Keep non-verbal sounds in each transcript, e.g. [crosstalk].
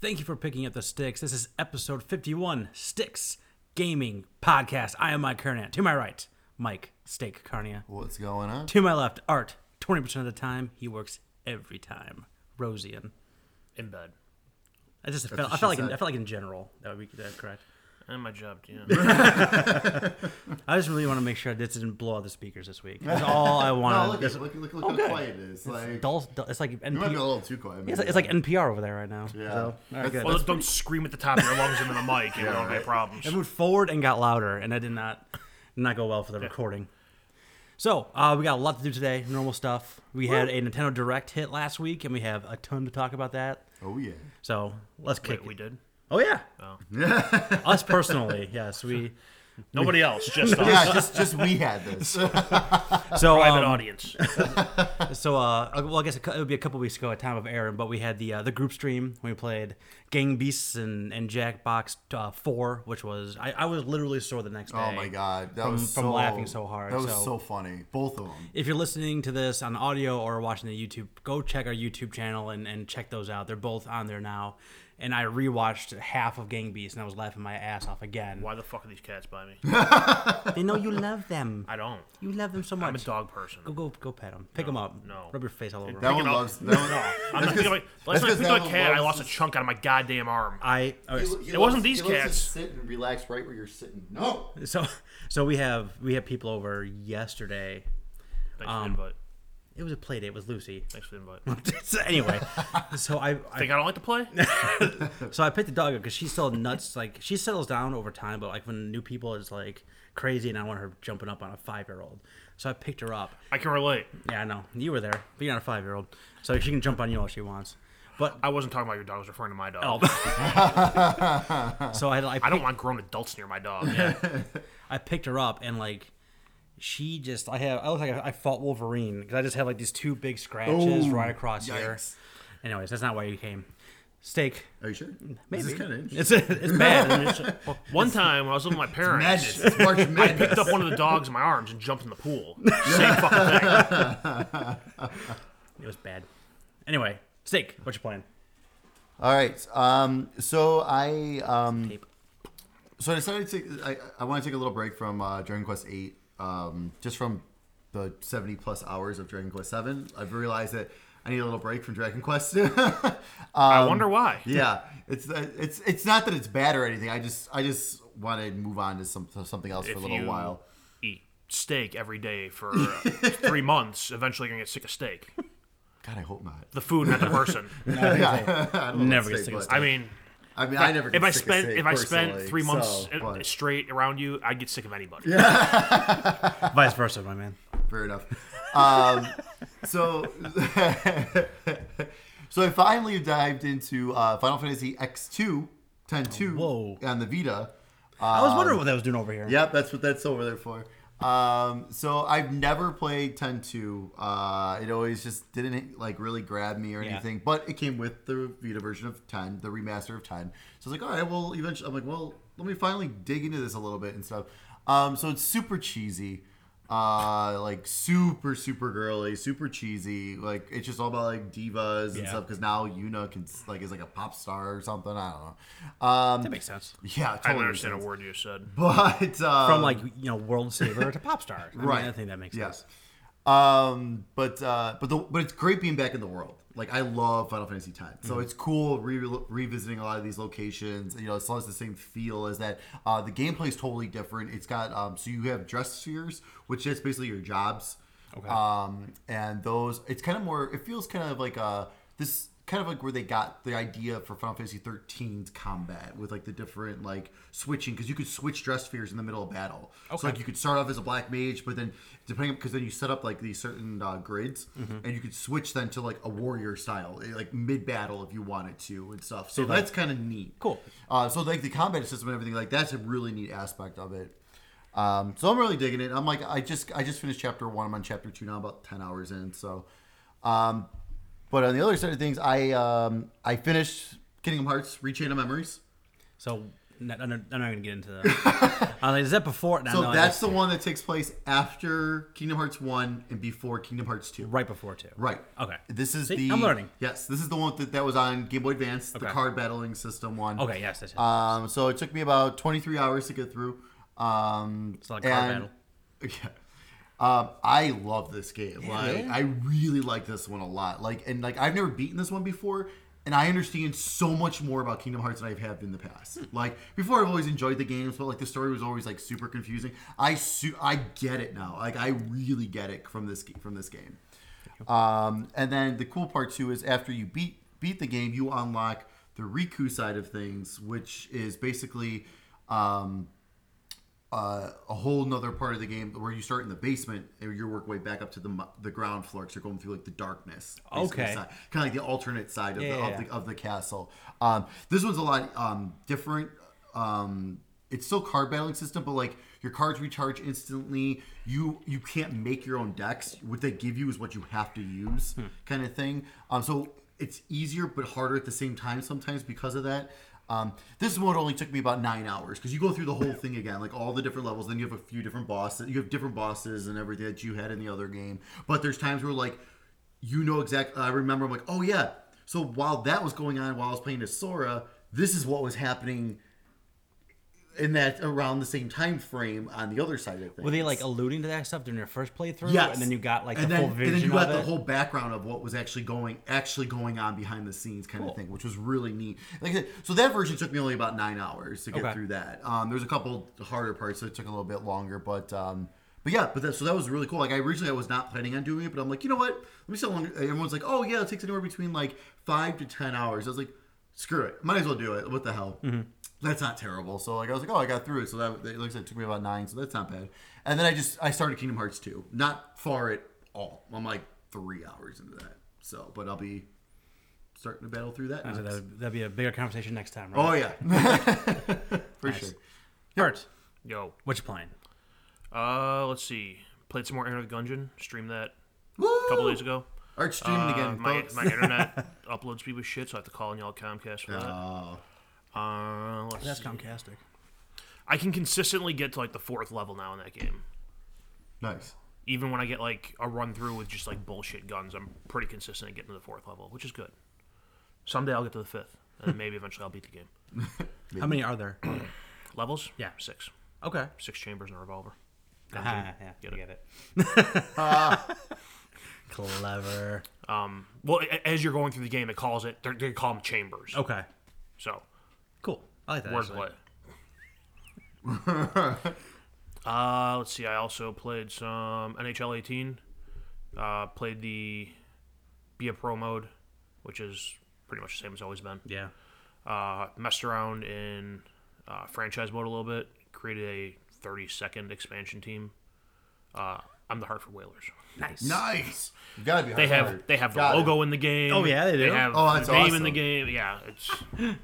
Thank you for picking up the sticks. This is episode 51 Sticks Gaming Podcast. I am Mike Kernan. To my right, Mike Steak Carnia. What's going on? To my left, Art. 20% of the time, he works every time. Rosian. in bed I just felt, I what she felt like in, said. I felt like in general that would be that correct. and my job [laughs] yeah I just really want to make sure this didn't blow out the speakers this week. [laughs] That's all I Oh, want. look, at, look, look, look how good. quiet it is. Like, dull, dull, it's like we might be a NPR. little too quiet. It's like, maybe. it's like NPR over there right now. yeah. So, all right, That's- good. well don't scream at the top of your lungs into the mic and it'll be right. problems I moved forward and got louder, and I did not did not go well for the recording. So uh, we got a lot to do today. Normal stuff. We had a Nintendo Direct hit last week, and we have a ton to talk about that. [laughs] oh yeah. So let's kick. Wait, we did Oh yeah. Us personally, yes. We nobody else [laughs] just us Yeah, just just we had this. Oh, so private um, audience so uh well I guess it cou- it would be a couple weeks ago at time of airing, but we had the uh, the group stream. We played Gang Beasts and and Jackbox uh, Four, which was I, I was literally sore the next day. Oh my god, that was from so, laughing so hard, That was so- so, funny. Both of them. if you're listening to this on audio or watching the YouTube, go check our YouTube channel and, and check those out. They're both on there now. And I rewatched half of Gang Beasts and I was laughing my ass off again. why the fuck are these cats by me [laughs] They know you love them. i don't You love them so much. i'm a dog person Go, go, go pet them. Pick them up. no. Rub your face all over 'em. That one it up. loves. That one, [laughs] i'm not That's thinking about 'cause- last that's time i 'cause picked that up a one cat i loves- lost a chunk out of my goddamn arm I okay, He- he It wasn't loves- these he loves to cats. Sit and relax right where you're sitting. No. so so we have we have people over yesterday. thanks Um, for the invite It was a play date with Lucy. [laughs] thanks for the [laughs] invite so anyway, so I, I think i don't like to play So I picked the dog up because she's still nuts. Like she settles down over time, but like when new people is like crazy, and I want her jumping up on a five year old. So I picked her up. i can relate Yeah, I know you were there, but you're not a five year old, so she can jump on you all she wants. But i wasn't talking about your dog i was referring to my Oh. dog so I i I, don't want grown adults near my dog yeah. I picked her up and like. She just, I have, I look like I, I fought Wolverine because I just had like these two big scratches Ooh, right across here. yikes. Anyways, that's not why you came. Steak, Are you sure? maybe. This is kind of interesting. It's, it's bad. and [laughs] it's- one time when i was with my parents Madness. It's March Madness. picked up one of the dogs in my arms and jumped in [laughs] the pool Um, same fucking thing it was bad. Anyway, Steak, what you playing? All right. Um. So I um. Tape. So I decided to. I, I want to take a little break from uh, Dragon Quest Eight, um, just from the seventy plus hours of Dragon Quest Seven. I've realized that I need a little break from Dragon Quest. [laughs] i wonder why yeah, it's uh, it's it's not that it's bad or anything. I just I just want to move on to some to something else for a If little you- while. eat steak every day for uh, three [laughs] months, eventually you're gonna get sick of steak. God, I hope not. The food, not [laughs] the person. yeah, [laughs] I don't know what Never to get say, sick of but- I mean, I mean, I never. Get if I sick of spent steak if I spent personally, three months so, i- but straight around you, I'd get sick of anybody. Vice versa, my man. fair enough. Um, so, [laughs] so I finally dived into uh, Final Fantasy X2 10-2 Whoa. on the Vita. I was Um, wondering what that was doing over here. Yep, that's what that's over there for. Um, so I've never played 10-2. Uh, it always just didn't like really grab me or Yeah. anything. But it came with the Vita version of 10, the remaster of 10. So I was like, all right, well, eventually, I'm like, well, let me finally dig into this a little bit and stuff. Um, so it's super cheesy, uh, like super super girly, super cheesy. Like it's just all about like divas and Yeah. stuff. Because now Yuna can like is like a pop star or something. I don't know. Um, That makes sense. yeah, I totally don't understand a makes sense. word you said. [laughs] But um, From like you know world saver to pop star. I mean, Right. I think that makes sense. Yes. Um, but uh, but the but it's great being back in the world. Like I love Final Fantasy X, so Mm-hmm. it's cool re- revisiting a lot of these locations. You know, it still has the same feel as that. Uh, the gameplay is totally different. It's got um, so you have dress spheres, which is basically your jobs. Okay. Um, and those, it's kind of more. It feels kind of like uh this kind of like where they got the idea for Final Fantasy 13's combat with like the different like switching because you could switch dress spheres in the middle of battle. So like you could start off as a black mage, but then depending because then you set up like these certain uh, grids, and you could switch then to like a warrior style, eh, like mid battle if you wanted to and stuff. So that's kind of neat. Cool. Uh, so like the combat system and everything like that's a really neat aspect of it. Um, so I'm really digging it. I'm like I just I just finished chapter one. I'm on chapter two now, about ten hours in. So, um, but on the other side of things, I um, I finished Kingdom Hearts: Rechain of Memories. So no, I'm not, I'm not going to get into [laughs] that. I was like, is that before? No, So no, I just- that's the one that takes place after Kingdom Hearts 1 and before Kingdom Hearts 2. right before too. Right. Okay. This is See, the. I'm learning. Yes, this is the one that, that was on Game Boy Advance, the Okay. card battling system one. Okay. Yes. That's it. Um, so it took me about 23 hours to get through. Um, It's not a card and- [laughs] Yeah. Um, I love this game. like, yeah. I really like this one a lot. Like, and like, I've never beaten this one before, and I understand so much more about Kingdom Hearts than I have in the past. Hmm. Like before, I've always enjoyed the games, but like the story was always like super confusing. I su- I get it now. Like, I really get it from this ga- from this game. Um, and then the cool part too is after you beat beat the game, you unlock the Riku side of things, which is basically um, uh, a whole nother part of the game where you start in the basement and you work way back up to the mu- the ground floor because you're going through like the darkness. Okay. kind of like the alternate side of, Yeah, the, yeah, of, the, yeah. of the castle. Um, this one's a lot um, different. Um, it's still card battling system, but like your cards recharge instantly. You you can't make your own decks. What they give you is what you have to use, Hmm. kind of thing. Um, so it's easier but harder at the same time sometimes because of that. Um, this mode only took me about nine hours because you go through the whole thing again, like all the different levels. Then you have a few different bosses. You have different bosses and everything that you had in the other game. But there's times where like you know exactly. I remember. I'm like, oh yeah. So while that was going on, while I was playing as Sora, this is what was happening in that around the same time frame on the other side of things. Were they like alluding to that stuff during your first playthrough? Yes. And then you got like and the then, full vision and then you of got the it? whole background of what was actually going actually going on behind the scenes kind of thing, which was really neat. Like I said, so that version took me only about nine hours to get Okay. through that. Um, there's a couple harder parts, so it took a little bit longer, but um, but yeah, but that, so that was really cool. Like I originally I was not planning on doing it, but I'm like, you know what? Let me see how long. Everyone's like, oh yeah, it takes anywhere between like five to ten hours. I was like, screw it, might as well do it. What the hell? That's not terrible. So like I was like, oh, I got through it. So that it looks like it took me about nine. So that's not bad. And then I just I started Kingdom Hearts two. Not far at all. I'm like three hours into that. So, but I'll be starting to battle through that. So next. that'd, that'd be a bigger conversation next time, right? Oh yeah, [laughs] for sure. Bert, Yo. what you playing? Uh, let's see. Played some more Enter the Gungeon. Streamed that Woo! a couple days ago. Art streaming Uh, again, my, folks. my internet upload speed was shit, so I have to call in y'all at Comcast for [laughs] Oh, that. Uh, let's That's see. Comcastic. I can consistently get to like the fourth level now in that game. nice. Even when I get like a run through with just like bullshit guns, I'm pretty consistent at getting to the fourth level, which is good. Someday I'll get to the fifth, and then maybe eventually I'll beat the game. How many are [clears throat] there? Levels? Yeah. six, okay. six chambers and a revolver. Ah, yeah, Get you it. get it. Uh. [laughs] Clever. Um, well, a- as you're going through the game, it calls it. They're, they call them chambers. Okay. So Cool. I like that. actually. wordplay. [laughs] uh, let's see. I also played some NHL 18. Uh, played the be a pro mode, which is pretty much the same as always been. Yeah. Uh, messed around in uh, franchise mode a little bit. Created a 30 second expansion team. Uh, I'm the Hartford Whalers. Nice. Nice. You gotta be. They have they have the Got it. logo in the game. Oh, yeah, they do? have Oh, that's the name in awesome. the game. Yeah, it's. [coughs]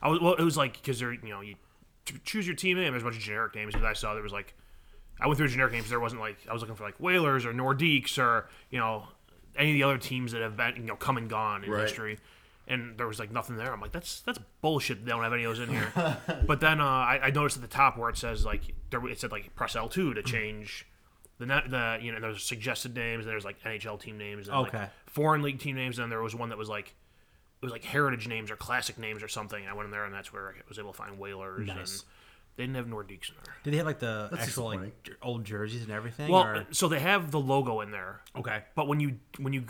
I was well. It was like because they're you know you t- choose your team name. There's a bunch of generic names that I saw. There was like, I went through generic names. There wasn't like I was looking for like Whalers or Nordiques or you know any of the other teams that have been you know come and gone in Right. history. And there was like nothing there. I'm like, that's that's bullshit. They don't have any of those in here. [laughs] but then uh, I, I noticed at the top where it says like there it said like press L2 Mm. to change the net the you know there's suggested names. And there's like NHL team names. And, Okay. Like, foreign league team names. And then there was one that was like it was like heritage names or classic names or something. And I went in there and that's where I was able to find whalers. Nice. And they didn't have Nordiques in there. Did they have like the actual like disappointing. jer- old jerseys and everything? Well, uh, or- so they have the logo in there. uh, okay. But when you when you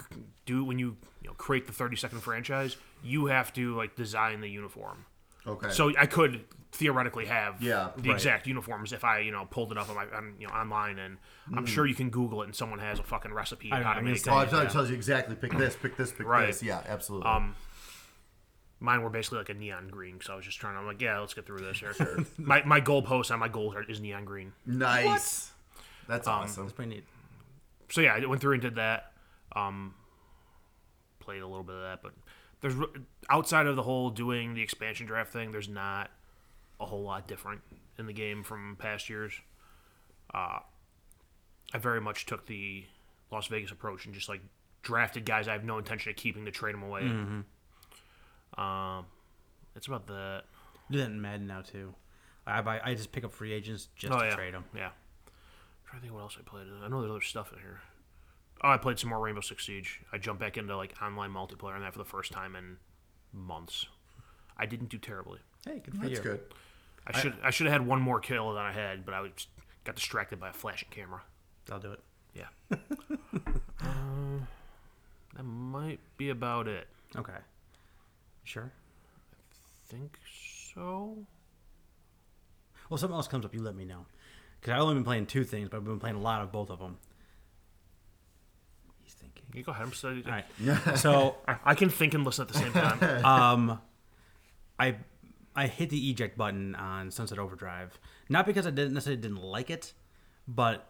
do when you, you know, create the 30 second franchise, you have to like design the uniform. Okay. So I could theoretically have Yeah, the right. exact uniforms if I you know pulled it up on my on, you know online and I'm sure you can Google it and someone has a fucking recipe on I- how I to mean, make it's it. Oh, it tells- it tells you exactly. Pick this. Pick this. Pick Right. this. Yeah, absolutely. Mine were basically like a neon green because I was just trying to. I'm like, yeah, let's get through this. Here. my my goalpost on my goals are, is neon green. nice. That's awesome. That's pretty neat. so yeah, I went through and did that. Um, played a little bit of that, but there's re- outside of the whole doing the expansion draft thing, there's not a whole lot different in the game from past years. Uh, I very much took the Las Vegas approach and just like drafted guys I have no intention of keeping to trade them away. Um, that's about that. Do that in Madden now too. I buy, I just pick up free agents just Oh to yeah, trade them. yeah. trying to think what else I played. I know there's other stuff in here. Oh, I played some more Rainbow Six Siege. I jumped back into like online multiplayer on that for the first time in months. I didn't do terribly. Hey, good for That's you. good. I should I should have had one more kill than I had, but I was, got distracted by a flashing camera. I'll do it. Yeah. uh, that might be about it. Okay. Sure. Think so. Well, something else comes up, you let me know. Because I've only been playing two things, but I've been playing a lot of both of them. He's thinking. You go ahead. I'm studying. All right. so I, I can think and listen at the same time. I I hit the eject button on Sunset Overdrive. Not because I didn't necessarily didn't like it, but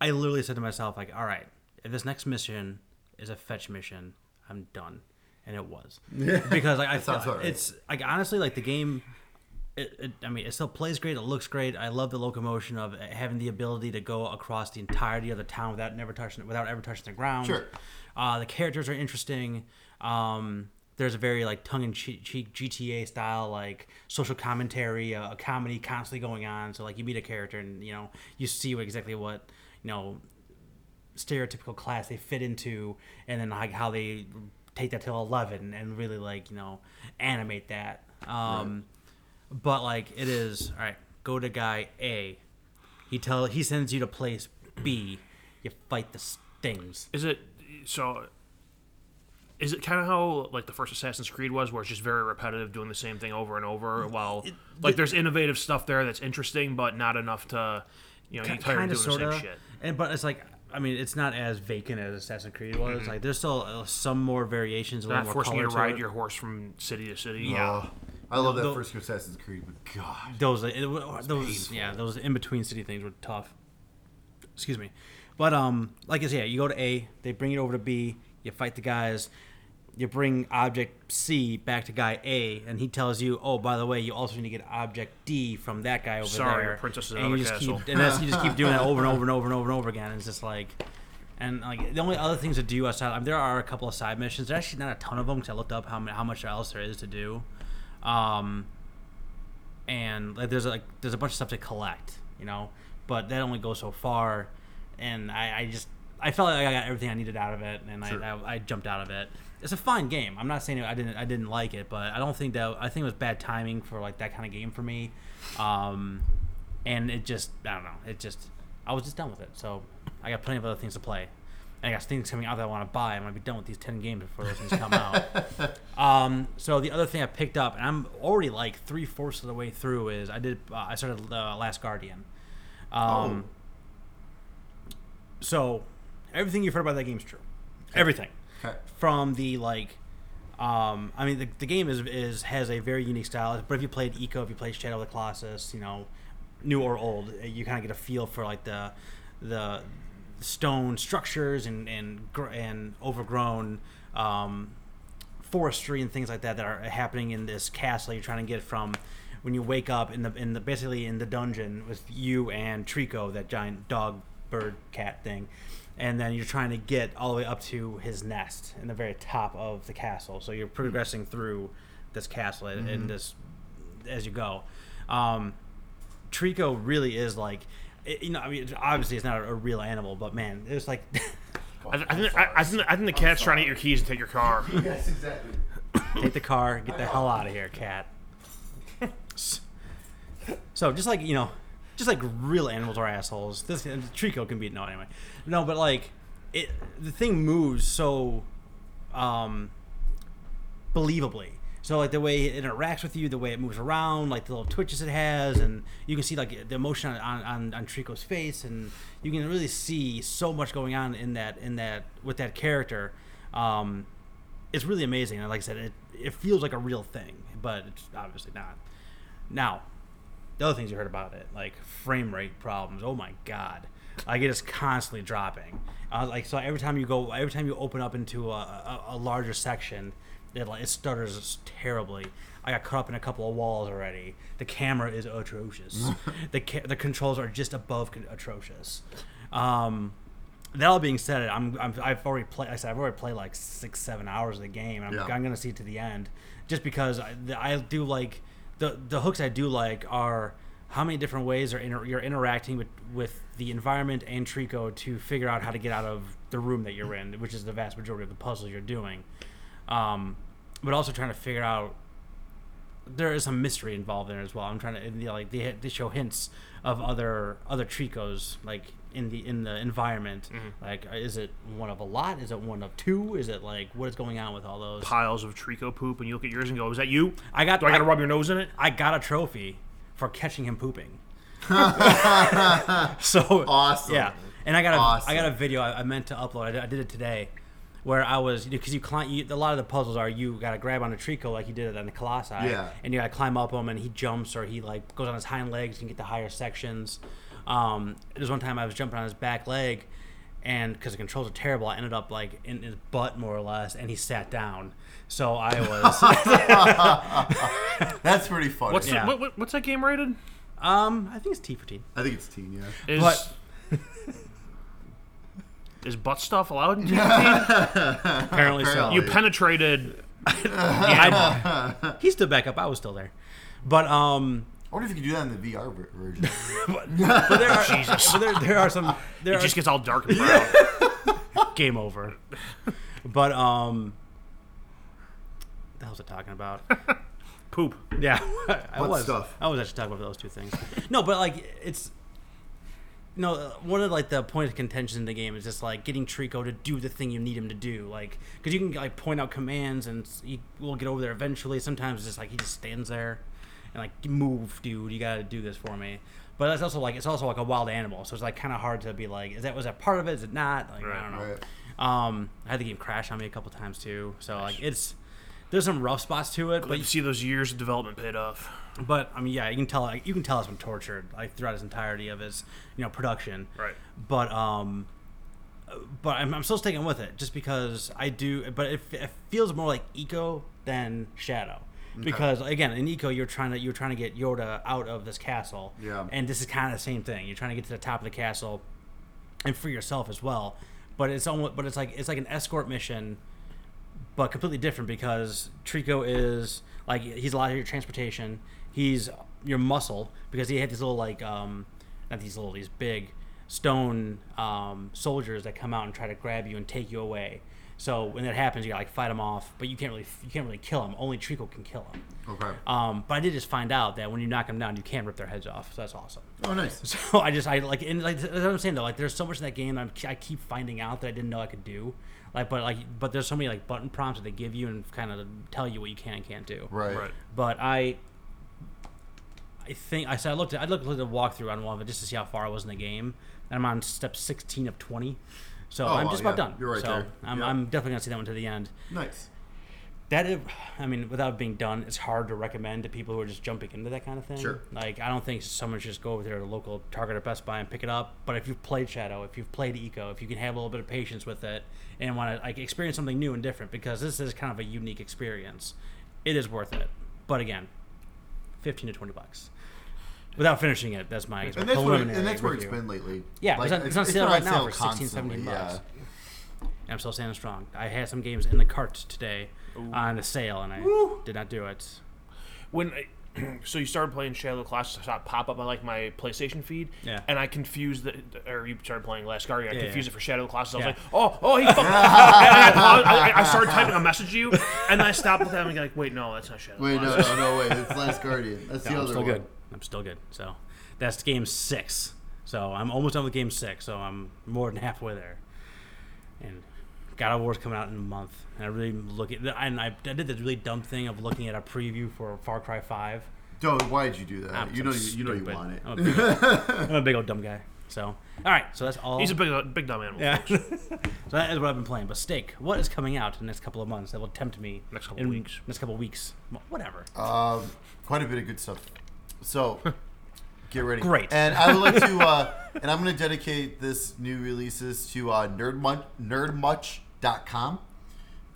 I literally said to myself, like, all right, if this next mission is a fetch mission, I'm done. And it [laughs] was. because like, I thought sounds about right. it's like honestly like the game it, it, I mean, it still plays great. It looks great. I love the locomotion of having the ability to go across the entirety of the town without never touching without ever touching the ground. Sure. Uh, the characters are interesting. Um, there's a very like tongue in cheek GTA style like social commentary, uh, a comedy constantly going on. So like you meet a character and you know you see what, exactly what you know stereotypical class they fit into, and then like how they take that to eleven and really like you know animate that. Um, But like it is all right. Go to guy A. He tell he sends you to place B. You fight the stings. Is it so? Is it kind of how like the first Assassin's Creed was, where it's just very repetitive, doing the same thing over and over? While like there's innovative stuff there that's interesting, but not enough to you know you're tired kind of doing of sort the of same shit. and but it's like i mean it's not as vacant as assassin's creed was like there's still uh, some more variations a They're little Mm-hmm. not more forcing you color to ride it. your horse from city to city. Oh, I love that the- first Assassin's Creed, but God, those it, those yeah those in between city things were tough excuse me but um like i said yeah you go to a they bring you over to b you fight the guys you bring object c back to guy a and he tells you oh by the way you also need to get object d from that guy over Sorry, there your princess is and out you of just castle. keep and that's, you just keep [laughs] doing that over and over and over and over and over again and it's just like and like the only other things to do outside, I mean, there are a couple of side missions. There's actually not a ton of them because I looked up how many, how much else there is to do. Um, and like there's like there's a bunch of stuff to collect, you know, but that only goes so far. And I, I just I felt like I got everything I needed out of it, and Sure. I, I I jumped out of it. It's a fine game. I'm not saying I didn't I didn't like it, but I don't think that I think it was bad timing for like that kind of game for me. Um, and it just I don't know. It just I was just done with it. So I got plenty of other things to play. And I got things coming out that I want to buy. I'm gonna be done with these ten games before those things come [laughs] out. Um, so the other thing I picked up, and I'm already like three fourths of the way through, is I did uh, I started uh, Last Guardian. Um, Oh. So everything you've heard about that game's true. Everything Okay. from the like. Um, I mean, the, the game is, is has a very unique style. But if you played Eco, if you played Shadow of the Colossus, you know, new or old, you kind of get a feel for like the the stone structures and and gr- and overgrown um, forestry and things like that that are happening in this castle you're trying to get from when you wake up in the in the basically in the dungeon with you and Trico that giant dog bird cat thing and then you're trying to get all the way up to his nest in the very top of the castle so you're progressing through this castle and and this as you go um Trico really is like it, you know I mean obviously it's not a, a real animal but man it's like [laughs] Oh, I, th- I, think, I, I think I think the cat's trying to eat your keys and take your car. [laughs] Yes, exactly. Take the car, get the hell out of here, cat. So just like you know, just like real animals are assholes. This Trico can be no anyway. No, but like it, the thing moves so um, believably. So like the way it interacts with you, the way it moves around, like the little twitches it has, and you can see like the emotion on on, on, on Trico's face, and you can really see so much going on in that in that with that character. Um, it's really amazing, and like I said, it it feels like a real thing, but it's obviously not. Now, the other things you heard about it, like frame rate problems. Oh my god, like it is constantly dropping. Uh, like so, every time you go, every time you open up into a, a, a larger section, it like it stutters terribly. I got caught up in a couple of walls already. The camera is atrocious. the ca- the controls are just above con- atrocious. Um, that all being said, I'm, I'm I've already played. I said I've already played like six, seven hours of the game. and I'm, Yeah. I'm gonna see it to the end, just because I, the, I do like the the hooks I do like are how many different ways are inter- you're interacting with with the environment and Trico to figure out how to get out of the room that you're in, which is the vast majority of the puzzle you're doing. Um, but also trying to figure out there is some mystery involved there as well. I'm trying to and, you know, like they they show hints of other other tricos like in the in the environment. Like is it one of a lot? Is it one of two? Is it like what is going on with all those? piles of Trico poop, and you look at yours and go, "Is that you? I got Do I got to I- rub your nose in it?" I got a trophy for catching him [laughs] pooping. so Awesome. Yeah, and I got a I Awesome. got a video I, I meant to upload. I did, I did it today, where I was because you climb. You, a lot of the puzzles are you got to grab on a trico like you did it on the colossi. Yeah. and you got to climb up him, and he jumps or he like goes on his hind legs and get to higher sections. Um, there's one time I was jumping on his back leg. And because the controls are terrible, I ended up like in his butt more or less, and he sat down. So I was, [laughs] That's pretty funny. What's Yeah. the, what, what, what's that game rated? um, I think it's T for T. I think it's teen, yeah. Is But- [laughs] is butt [laughs] stuff allowed? Apparently, so. Apparently. You penetrated. I- he stood back up. I was still there, but um, I wonder if you could do that in the VR ver- version. but there are [laughs] Jesus. but there, there are some there It are just gets all dark and brown. [laughs] game over, but um, what the hell was I talking about? Poop. Yeah, [laughs] I Butt was. stuff. I was actually talking about those two things. No, but like it's. No, uh, one of like the point of contention in the game is just like getting Trico to do the thing you need him to do, like because you can like point out commands and s- he will get over there eventually. Sometimes it's just like he just stands there and like move, dude, you gotta do this for me. But that's also like it's also like a wild animal, so it's like kind of hard to be like, is that was that part of it? Is it not? Like I Right, don't know. right. Um, I had the game crash on me a couple times too, so like it's there's some rough spots to it, But but you see those years of development paid off. but I mean, yeah, you can tell like, you can tell it's been tortured like throughout its entirety of its you know production. Right. But um, but I'm, I'm still sticking with it just because I do. But it, it feels more like Eco than Shadow because again, in Eco, you're trying to you're trying to get Yoda out of this castle. Yeah. And this is kind of the same thing. You're trying to get to the top of the castle and for yourself as well. But it's almost, but it's like it's like an escort mission, but completely different because Trico is like he's a lot of your transportation. He's your muscle because he had these little like um, not these little these big stone um, soldiers that come out and try to grab you and take you away. So when that happens, you gotta like fight them off, but you can't really you can't really kill them. Only Trico can kill them. Okay. Um, but I did just find out that when you knock them down, you can rip their heads off. So that's awesome. Oh, nice. [laughs] So I just I like and like that's what I'm saying though like there's so much in that game I'm, I keep finding out that I didn't know I could do like but like but there's so many like button prompts that they give you and kind of tell you what you can and can't do Right. Right. but I I think I said I looked at I looked at the walkthrough on one of it just to see how far I was in the game and I'm on step 16 of 20 so Oh, I'm wow, just about yeah. done You're right so there. I'm, Yeah. I'm definitely gonna see that one to the end Nice. that is, I mean, without being done, it's hard to recommend to people who are just jumping into that kind of thing. Sure. Like, I don't think someone should just go over there to local Target or Best Buy and pick it up. But if you've played Shadow, if you've played Eco, if you can have a little bit of patience with it and want to like experience something new and different, because this is kind of a unique experience, it is worth it. But again, fifteen to twenty bucks. Without finishing it, that's my And that's, where, preliminary and that's where it's review. been lately. Yeah, it's on- it's on sale been right now for 16, constantly, 17 bucks. And I'm still standing strong. I had some games in the cart today on a sale, and I did not do it. when I, [clears throat] so you started playing Shadow of the Colossus, I saw it pop up on like my PlayStation feed, Yeah. and I confused the or you started playing Last Guardian, I Yeah, confused yeah. it for Shadow of the Colossus. I was Yeah. like, oh, oh, he fucked. and I, paused- I, I- I started typing a message to you, and then I stopped with that and I'm like, wait, no, that's not Shadow. of the Wait, uh, no, no, Colossus." [laughs] no, wait. It's Last Guardian. That's the I'm other still one. good. I'm still good. So that's game six. So I'm almost done with game six. So I'm more than halfway there. And God of War's coming out in a month. And I really look at and I, I did the really dumb thing of looking at a preview for Far Cry Five. Dude, why'd you do that? I'm you know, you, so you know, you stupid. want it. I'm a, big, [laughs] I'm a big old dumb guy. So all right. So that's all. He's a big, uh, big dumb animal. yeah. [laughs] so that is what I've been playing. But Stake, what is coming out in the next couple of months that will tempt me? Next couple in weeks. Next couple of weeks. Whatever. Um, quite a bit of good stuff. [laughs] So, get ready. Great. And I would like [laughs] to, uh, and I'm going to dedicate this new releases to uh, nerdmuch, nerdmuch.com.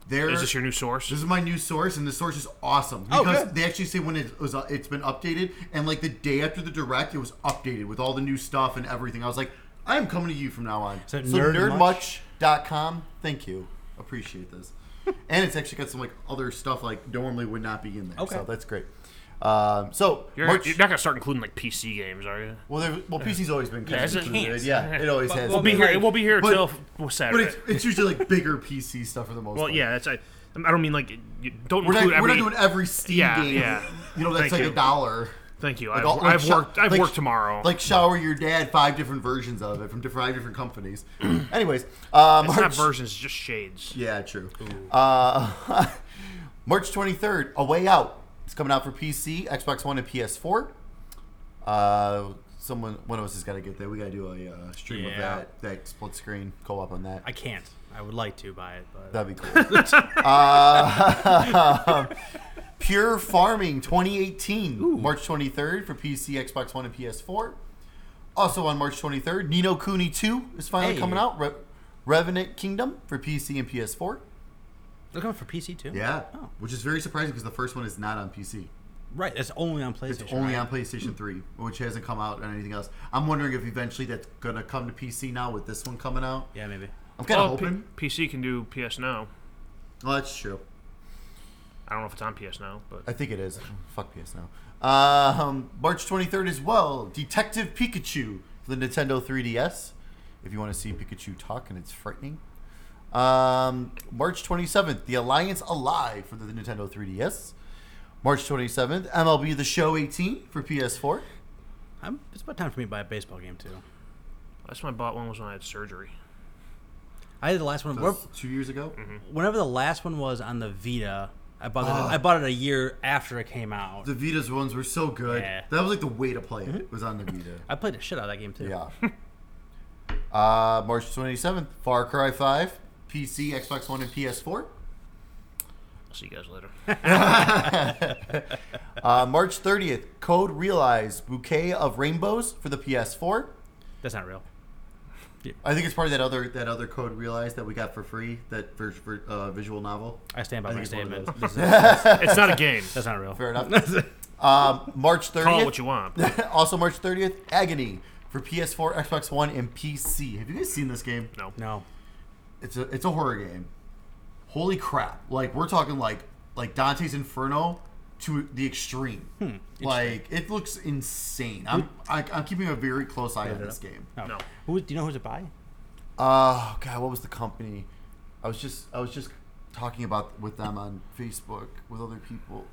There, Is this your new source? This is my new source, and the source is awesome because Oh, good. they actually say when it was uh, it's been updated, and like the day after the direct, it was updated with all the new stuff and everything. I was like, I am coming to you from now on. So nerdmuch? nerdmuch.com. Thank you, [laughs] appreciate this. and it's actually got some like other stuff like normally would not be in there, Okay. so that's great. Um, so You're, March- you're not gonna start including like PC games, are you? well, there, well, PC's always been kind Yeah, of it's- included. it's- Yeah, it always has. we'll We'll be been. here. We'll be here But- till well, but Saturday. it's, it's usually like bigger PC stuff for the most. well, part. yeah, that's I. I don't mean like you don't We're not, include we're not every. doing every Steam Yeah, game. yeah. You know, that's Thank like you. a dollar. thank you. I've, all- like I've sho- worked. I've like- worked tomorrow. Like shower your dad five different versions of it from different five different companies. [clears throat] Anyways, uh, it's not March. versions, it's just shades. yeah, true. Uh, [laughs] March twenty third, A Way Out. It's coming out for PC, Xbox One, and PS4. Uh, someone, one of us has got to get that. We got to do a uh, stream of Yeah. that, that split screen co-op on that. I can't. I would like to buy it, but That'd be cool. uh, [laughs] Pure Farming 2018, March 23rd for PC, Xbox One, and PS4. Also on March 23rd, Nino Cooney 2 is finally Hey. coming out. Re- Revenant Kingdom for PC and PS4. they're coming for PC too. Yeah, Oh. which is very surprising because the first one is not on PC. right. That's only on PlayStation. It's only right? on PlayStation 3, which hasn't come out on anything else. I'm wondering if eventually that's going to come to PC now with this one coming out. Yeah, maybe. I'm kind of P- hoping. PC can do PS Now. Well, that's true. I don't know if it's on PS Now, but I think it is. Fuck PS now. Um, March 23rd as well. Detective Pikachu for the Nintendo 3DS. If you want to see Pikachu talk and it's frightening. Um, March 27th, The Alliance Alive for the Nintendo 3DS. March 27th, MLB The Show 18 for PS4. I'm, it's about time for me to buy a baseball game too. last time I bought one was when I had surgery. I did the last one. That's two years ago. Whenever the last one was on the Vita, I bought Ah. it. I bought it a year after it came out. The Vita's ones were so good. Yeah. That was like the way to play it. Was on the Vita. I played the shit out of that game too. [laughs] Yeah. uh, March 27th, Far Cry 5, PC, Xbox One, and PS4. I'll see you guys [laughs] later. Uh, March 30th, Code Realize Bouquet of Rainbows for the PS4. That's not real. I think it's part of that other that other Code Realize that we got for free, that vir- vir- uh, visual novel. I stand by I my think it's one of statement. those. This is- it's not a game. that's not real. [laughs] Fair enough. um, March 30th. Call it what you want. [laughs] also, March 30th, Agony for PS4, Xbox One, and PC. Have you guys seen this game? [laughs] No. [laughs] No. It's a it's a horror game. Holy crap! Like we're talking like like Dante's Inferno to the extreme. Hmm, like it looks insane. I'm I, I'm keeping a very close eye on it this up. game. No. No. Who do you know who's it by? Oh god, what was the company? I was just I was just talking about with them on Facebook with other people.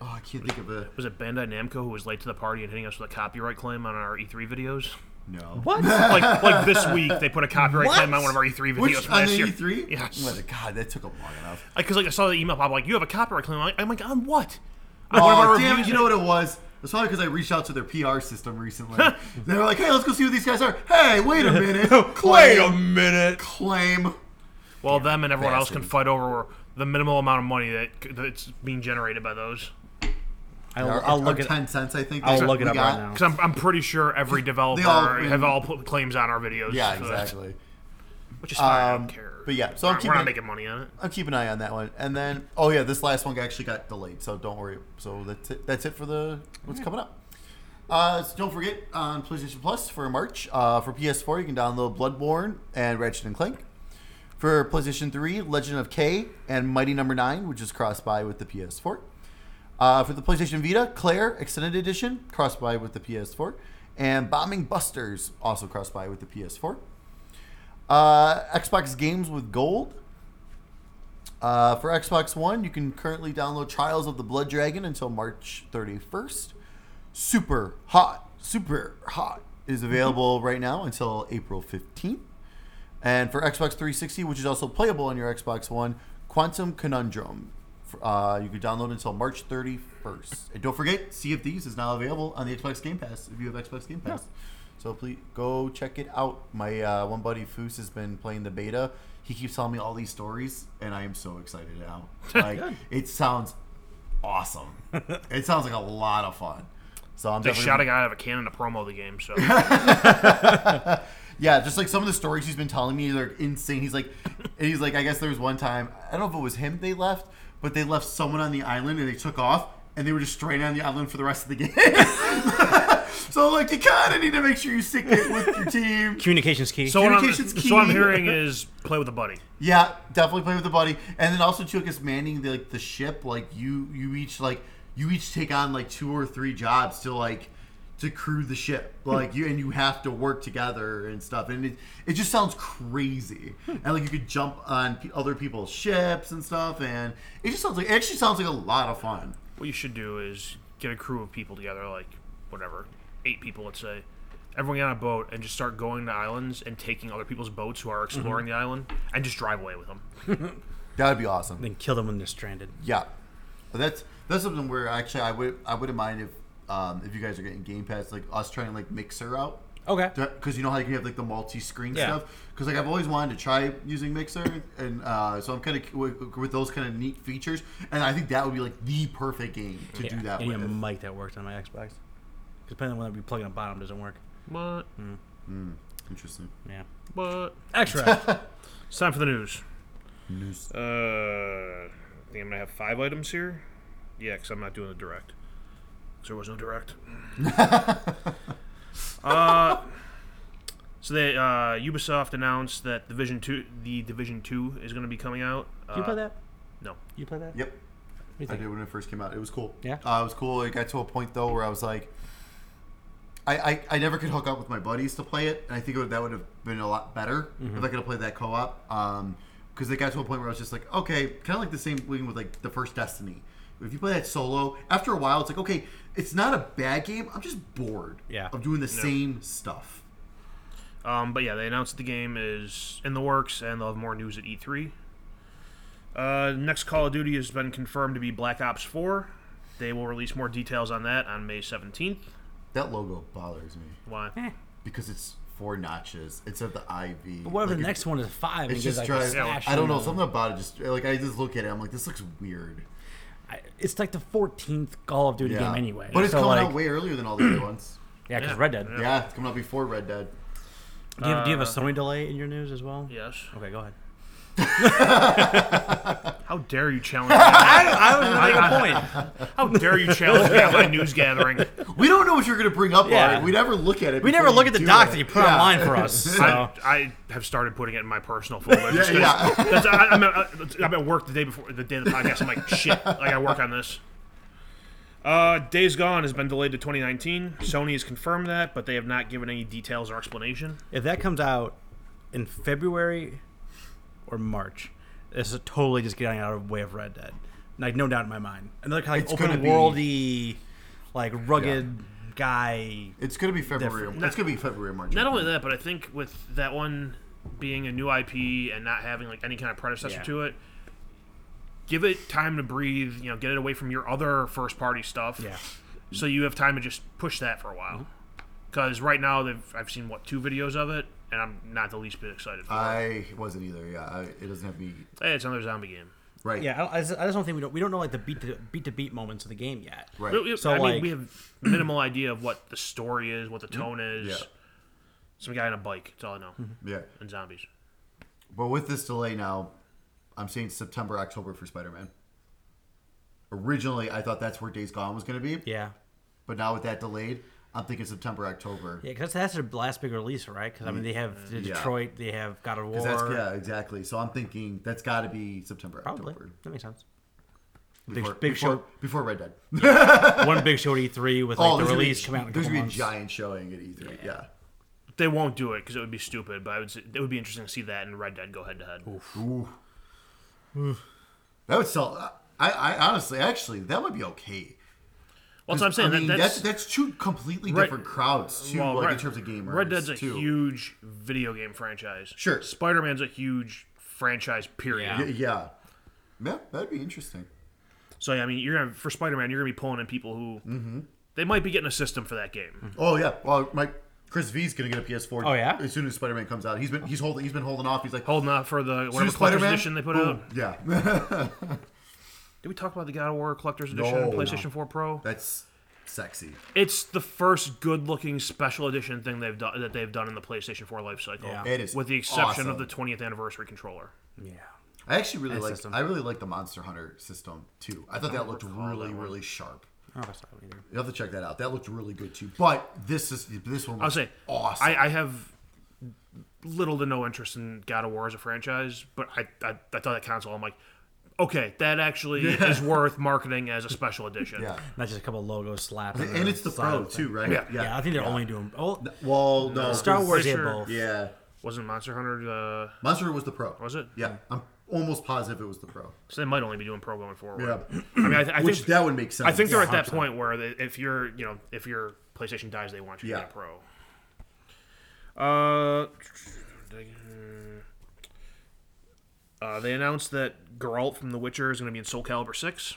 Oh, I can't think of a Was it Bandai Namco who was late to the party and hitting us with a copyright claim on our E3 videos? no. What? Like, like this [laughs] week they put a copyright What? claim on one of our E3 videos Which from on last the year. E3? Yes. Oh, my God, that took up long enough. Because like I saw the email pop like you have a copyright claim. I'm like, I'm like on what? On one of Oh, our damn it, reviews? you know what it was? It's probably because I reached out to their PR system recently. [laughs] they were like, hey, let's go see who these guys are. Hey, wait [laughs] a minute. wait a minute. Claim. Well, them and everyone else can Fascinating. fight over the minimal amount of money that c- that's being generated by those. I'll, Our, I'll our look it. 10 cents, I think. I'll that's look what it we up got. right now. Because I'm, I'm pretty sure every developer all- have all put claims on our videos. Yeah, for that, exactly. Which is fine. I Um, don't care. but yeah, so we're, I'm not- keeping we're it- not making money on it. I'll keep an eye on that one. And then, oh yeah, this last one actually got delayed, so don't worry. So that's it. That's it for the what's coming up. Uh, so don't forget on PlayStation Plus for March uh, for PS4, you can download Bloodborne and Ratchet and Clank. For PlayStation 3, Legend of K and Mighty Number Nine, which is cross by with the PS4. Uh, for the PlayStation Vita, Claire Extended Edition cross by with the PS4, and Bombing Busters also cross by with the PS4. Uh, Xbox Games with Gold. Uh, for Xbox One, you can currently download Trials of the Blood Dragon until March 31st. Super Hot, Super Hot is available right now until April 15th. And for Xbox 360, which is also playable on your Xbox One, Quantum Conundrum. f- Uh, you can download until March 31st. And don't forget, Sea of Thieves is now available on the Xbox Game Pass if you have Xbox Game Pass. So please go check it out. My uh, one buddy Foos has been playing the beta. He keeps telling me all these stories, and I am so excited now. Like it sounds awesome. it sounds like a lot of fun. So I'm They definitely shot a guy out of a cannon to promo the game. [laughs] So Yeah, just like some of the stories he's been telling me, they're insane. He's like, [laughs] and he's like, I guess there was one time, I don't know if it was him they left, but they left someone on the island and they took off and they were just stranded on the island for the rest of the [laughs] game. [laughs] so like, you kind of need to make sure you stick it with your team. Communications key. so what I'm, Communication's so what I'm key. [laughs] hearing is play with a buddy. Yeah, definitely play with the buddy, and then also too, I guess manning the like the ship, like you you each like you each take on like two or three jobs to like to crew the ship like you and you have to work together and stuff and it, it just sounds crazy and like you could jump on p- other people's ships and stuff and it just sounds like it actually sounds like a lot of fun What you should do is get a crew of people together, like whatever, eight people, let's say. Everyone get on a boat and just start going to islands and taking other people's boats who are Mm-hmm. exploring the island and just drive away with them. that would be awesome Then kill them when they're stranded. Yeah, but that's that's something where actually I would I wouldn't mind if um, if you guys are getting Game Pass like us trying to like Mixer out Okay. because you know how you can have like the multi-screen Yeah. stuff because like I've always wanted to try using Mixer and uh, so I'm kind of with, with those kind of neat features and I think that would be like the perfect game to do that I need a with. mic that worked on my Xbox. Because depending on when I'd be plugging at bottom doesn't work. What? Interesting [laughs] Yeah. What? Extra. It's time for the news. news. Uh, I think I'm gonna have five items here. Yeah, because I'm not doing the direct. 'Cause there was no [laughs] direct. uh, so they uh, Ubisoft announced that Division Two, the Division Two, is gonna be coming out. Uh, you play that? No. You play that? What Yep, do you I think? did when it first came out. It was cool. Yeah? uh, it was cool. It got to a point though where I was like. I, I, I never could hook up with my buddies to play it, and I think it would, that would have been a lot better Mm-hmm. if I could have played that co-op. Because it got to a point where I was just like, okay, kind of like the same thing with like the first Destiny. If you play that solo, after a while, it's like, okay, it's not a bad game. I'm just bored Yeah. of doing the same stuff. Um, but yeah, they announced the game is in the works, and they'll have more news at E3. Uh, next Call of Duty has been confirmed to be Black Ops 4. They will release more details on that on May 17th. That logo bothers me Why? Eh. because it's four notches instead of the IV. What if Like, the it- next one is five? It's and gives, just like, a drives. slash I don't know and a- something about it. Just like I just look at it, I'm like, this looks weird. I- It's like the 14th Call of Duty Yeah. game anyway. But it's so, coming like, out way earlier than [clears throat] all the other ones. Yeah, Uh, because Yeah. Red Dead. Yeah. Yeah, it's coming out before Red Dead. Do, you have, do you have a Sony delay in your news as well? Yes. Okay, [laughs] go ahead. How dare you challenge me? on- I, I was making a [laughs] point. How dare you challenge me on my news gathering? We don't know what you're gonna bring up. Yeah. Lauren. we never look at it. We never before look we at the do docs it. that you put Yeah. online [laughs] for us. So. I, I have started putting it in my personal folder. just 'cause yeah. that's- I, am at, uh, I'm at work the day before the day of the podcast. I'm like, shit, I gotta work on this. Uh, Days Gone has been delayed to 2019. Sony has confirmed that, but they have not given any details or explanation. If that comes out in February or March, this is totally just getting out of the way of Red Dead. Like no doubt in my mind. Another kind of It's open gonna be- worldy, like rugged guy. It's gonna be February. Different. It's gonna be February, March. Not only that, but I think with that one being a new IP and not having like any kind of predecessor Yeah. to it, give it time to breathe. You know, get it away from your other first party stuff. Yeah. So you have time to just push that for a while. Mm-hmm. Because right now, they've, I've seen what two videos of it, and I'm not the least bit excited for it. I wasn't either. Yeah, I, it doesn't have to be Hey, it's another zombie game. right. Yeah, I, I just I just don't think we don't we don't know like the beat to beat to beat moments of the game yet. Right. We- we- So, I mean, like- we [clears throat] have minimal idea of what the story is, what the tone is. Mm-hmm. Yeah. Mm-hmm. Some guy on a bike. That's all I know. Yeah. And zombies. But with this delay now, I'm saying September, October for Spider-Man. Originally, I thought that's where Days Gone was gonna be, Yeah. but now with that delayed, I'm thinking September, October. Yeah, because that's their last big release, right? Because I mean, they have the Mm, Yeah. Detroit, they have God of War. 'Cause That's, yeah, exactly. So I'm thinking that's got to be September, Probably October. that makes sense. Big, Before, big before, show, before Red Dead. [laughs] one big show at E3 with like the Oh, there's gonna be- release coming out. In a There's couple gonna be a months. giant showing at E E3. Yeah. They won't do it because it would be stupid. But I would. Say, it would be interesting to see that and Red Dead go head to head. Ooh. That would sell. uh, I, I honestly, actually, that would be okay. Well, that's what I'm saying. I mean, that, that's, that's, that's two completely Red- different crowds too, well, like in Red- terms of gamers. Red Dead's a too. huge video game franchise. Sure. Spider Man's a huge franchise. Period. Yeah. Y- Yeah. Yeah, that'd be interesting. So I mean, you're gonna for Spider Man, you're gonna be pulling in people who Mm-hmm. they might be getting a system for that game. Oh yeah. Well, my Chris V's gonna get a PS4. Oh, yeah? As soon as Spider Man comes out, he's been he's holding he's been holding off. He's like, Holding out for the "Soon whatever as collector's Spider-Man, edition they put boom." out. Yeah. Did we talk about the God of War collector's edition No. on PlayStation 4 Pro? that's sexy. It's the first good-looking special edition thing they've done that they've done in the PlayStation 4 life cycle. Yeah. It is with the exception of awesome. the 20th anniversary controller. Yeah. I actually really And like system. I really like the Monster Hunter system too. I thought that looked really really sharp. I don't know if I saw it either. You have to check that out. That looked really good too. But this is this one. I'll say, awesome. I, I have little to no interest in God of War as a franchise, but I I, I thought that console. I'm like, okay, [laughs] that actually is worth marketing as a special edition. Yeah. Not just a couple logos slapped. on And it's the side pro of the thing. too, right? Yeah. Yeah, I think they're only doing. Oh, Well, no. Star 'cause- Wars had Fisher- both. Yeah. Wasn't Monster Hunter? Uh, Monster was the pro. was it? Yeah. I'm almost positive it was the pro. So they might only be doing pro going forward. Yeah. I mean, I, th- I Which think that would make sense. I think they're at that 100%. point where they, if you're, you know, if your PlayStation dies, they want you to Yeah. get a pro. Uh, uh, they announced that Geralt from The Witcher is going to be in Soul Calibur six.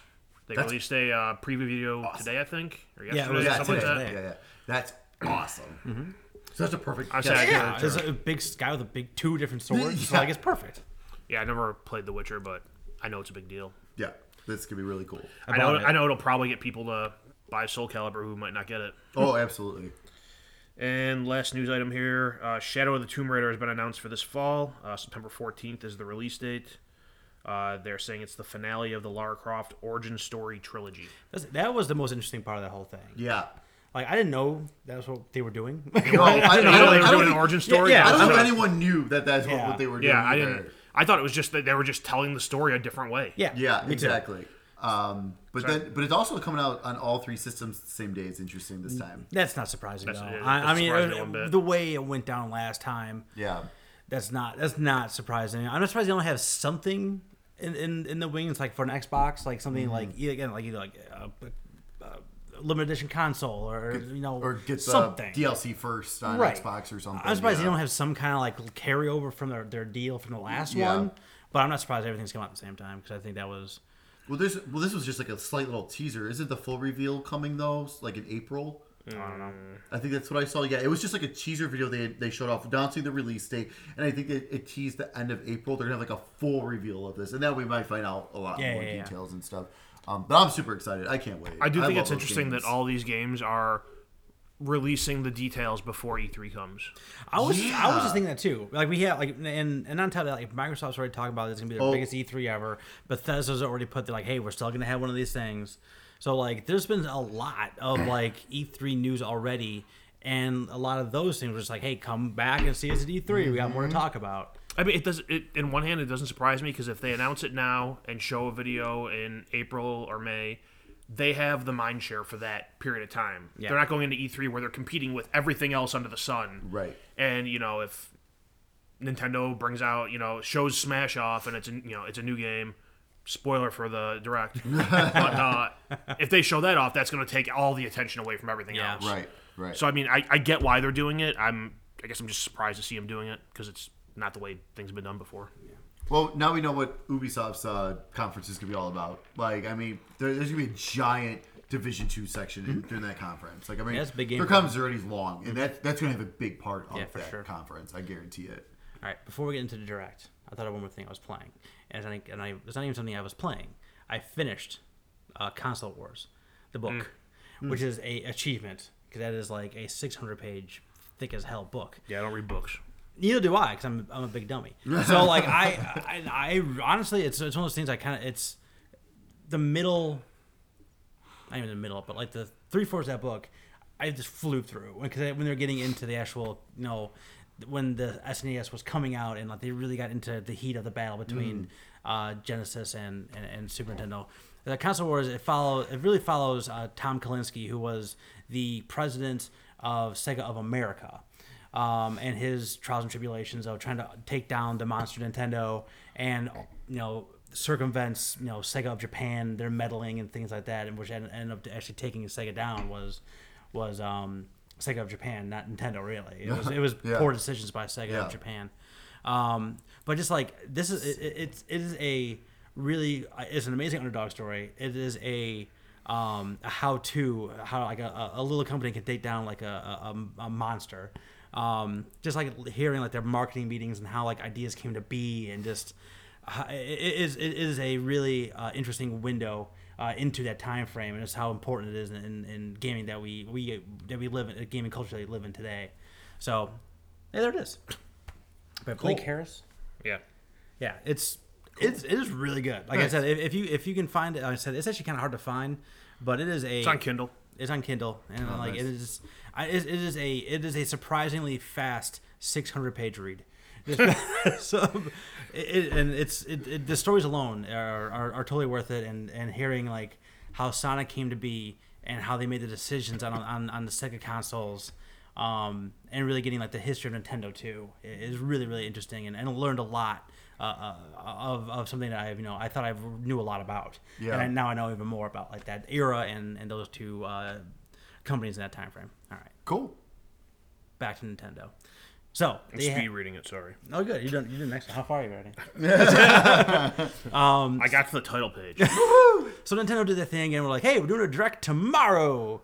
They That's- released a uh, preview video today, I think, or it yesterday, was Yeah, something today. like that. Mm-hmm. today. yeah, yeah. That's awesome. So that's a perfect. I was yes. saying- Yeah, character. there's a big guy with a big two different swords. So Yeah. like it's perfect. Yeah, I never played The Witcher, but I know it's a big deal. yeah. This could be really cool. I know, bought it. I know it'll probably get people to buy Soul Calibur who might not get it. Oh, absolutely. And last news item here: uh, Shadow of the Tomb Raider has been announced for this fall. Uh, September 14th is the release date. Uh, they're saying it's the finale of the Lara Croft origin story trilogy. That's, that was the most interesting part of that whole thing. Yeah. Like I didn't know that's what they were doing. No, Oh, I, I, I don't, know they were I, doing don't an think, origin story. yeah, I don't but- think anyone knew that that's what- Yeah. what they were doing. yeah, I either. didn't. I thought it was just that they were just telling the story a different way. yeah, [laughs] Yeah, me too. exactly. Um, but then, but it's also coming out on all three systems the same day. It's interesting Mm. this time. That's not surprising That's- though. it- I, it I mean, surprised me it- one bit. the way it went down last time, Yeah, that's not that's not surprising. I'm not surprised they don't have something in in, in the wings like for an Xbox, like something like Mm-hmm. yeah, again like either like a, a, a limited edition console or you know or uh, get the something DLC first on Right. Xbox or something. I'm surprised yeah. they don't have some kind of like carryover from their, their deal from the last Yeah. one. But I'm not surprised everything's come out at the same time because I think that was Well, there's well, this was just like a slight little teaser. Isn't the full reveal coming though? Like in April. I don't know. I think that's what I saw. Yeah, it was just like a teaser video they they showed off, announcing the release date, and I think it, it teased the end of April. They're gonna have like a full reveal of this, and then we might find out a lot Yeah, more yeah, yeah. details and stuff. Um, but I'm super excited. I can't wait. I do think love it's those interesting games. that all these games are releasing the details before E3 comes. I was I was Yeah. just thinking that too. Like we had like and and on top of that, like Microsoft's already talking about it's gonna be their Oh. biggest E3 ever. Bethesda's already put they're like, hey, we're still gonna have one of these things. So like, there's been a lot [clears throat] of like E3 news already, and a lot of those things were just like, hey, come back and see us at E3. We got Mm-hmm. more to talk about. I mean, it does. It in one hand, it doesn't surprise me because if they announce it now and show a video in April or May, they have the mind share for that period of time. Yeah. They're not going into E3 where they're competing with everything else under the sun. Right. And you know, if Nintendo brings out, you know, shows Smash off and it's a, you know it's a new game. Spoiler for the [laughs] direct, but uh, if they show that off, that's going to take all the attention away from everything Yeah. else. Right. Right. So I mean, I, I get why they're doing it. I'm I guess I'm just surprised to see them doing it because it's not the way things have been done before. Well, now we know what Ubisoft's uh, conference is gonna be all about. Like, I mean, there, there's gonna be a giant Division Two section in, during that conference. Like, I mean, Mm-hmm. Yeah, it's a big game their for them. conference already is long, and that that's gonna have a big part of Yeah, for that sure. conference. I guarantee it. All right, before we get into the direct, I thought of one more thing I was playing, and I think, and I it's not even something I was playing. I finished uh, Console Wars, the book, which is a achievement because that is like a 600 page thick as hell book. Yeah, I don't read books. Neither do I because I'm I'm a big dummy. So like I, I I honestly it's it's one of those things I kind of it's the middle, not even the middle, but like the three fourths of that book, I just flew through because when they're getting into the actual, you know, when the SNES was coming out and like they really got into the heat of the battle between uh, Genesis and, and, and Super Nintendo. The console wars it follow it really follows uh, Tom Kalinske, who was the president of Sega of America. Um, and his trials and tribulations of trying to take down the monster Nintendo and you know circumvents you know Sega of Japan, their meddling and things like that, and which ended, ended up actually taking Sega down was was um, Sega of Japan, not Nintendo really. It was it was [laughs] Yeah. poor decisions by Sega Yeah. of Japan. Um, but just like this is it, it- it's it is a really it's an amazing underdog story. It is a um, a how to how like a, a little company can take down like a a, a monster. Um, just like hearing like their marketing meetings and how like ideas came to be and just uh, it it is it is a really uh, interesting window uh, into that time frame and just how important it is in, in, in gaming that we we that we live in uh, gaming culture that we live in today. So yeah, there it is. But Blake Harris. Yeah. Yeah, it's it's it is really good. Like Nice. I said, if, if you if you can find it, like I said it's actually kind of hard to find, but it is a It's on Kindle. it's on Kindle and like Oh, nice. it is I, it, it is a it is a surprisingly fast 600 page read. [laughs] so, it, it- and it's it, it, the stories alone are, are, are totally worth it. And, and hearing like how Sonic came to be and how they made the decisions on on, on the Sega consoles, um, and really getting like the history of Nintendo too i- is really really interesting and, and learned a lot. Uh, uh, of, of something that I you know I thought I knew a lot about, Yeah. and I, now I know even more about like that era and, and those two uh, companies in that time frame. All right, Cool. back to Nintendo. So I'm they ha- speed reading it. Sorry, Oh, good. You done. You did next. How far are you already? I got to the title page. [laughs] So Nintendo did the thing, and we're like, "Hey, we're doing a direct tomorrow,"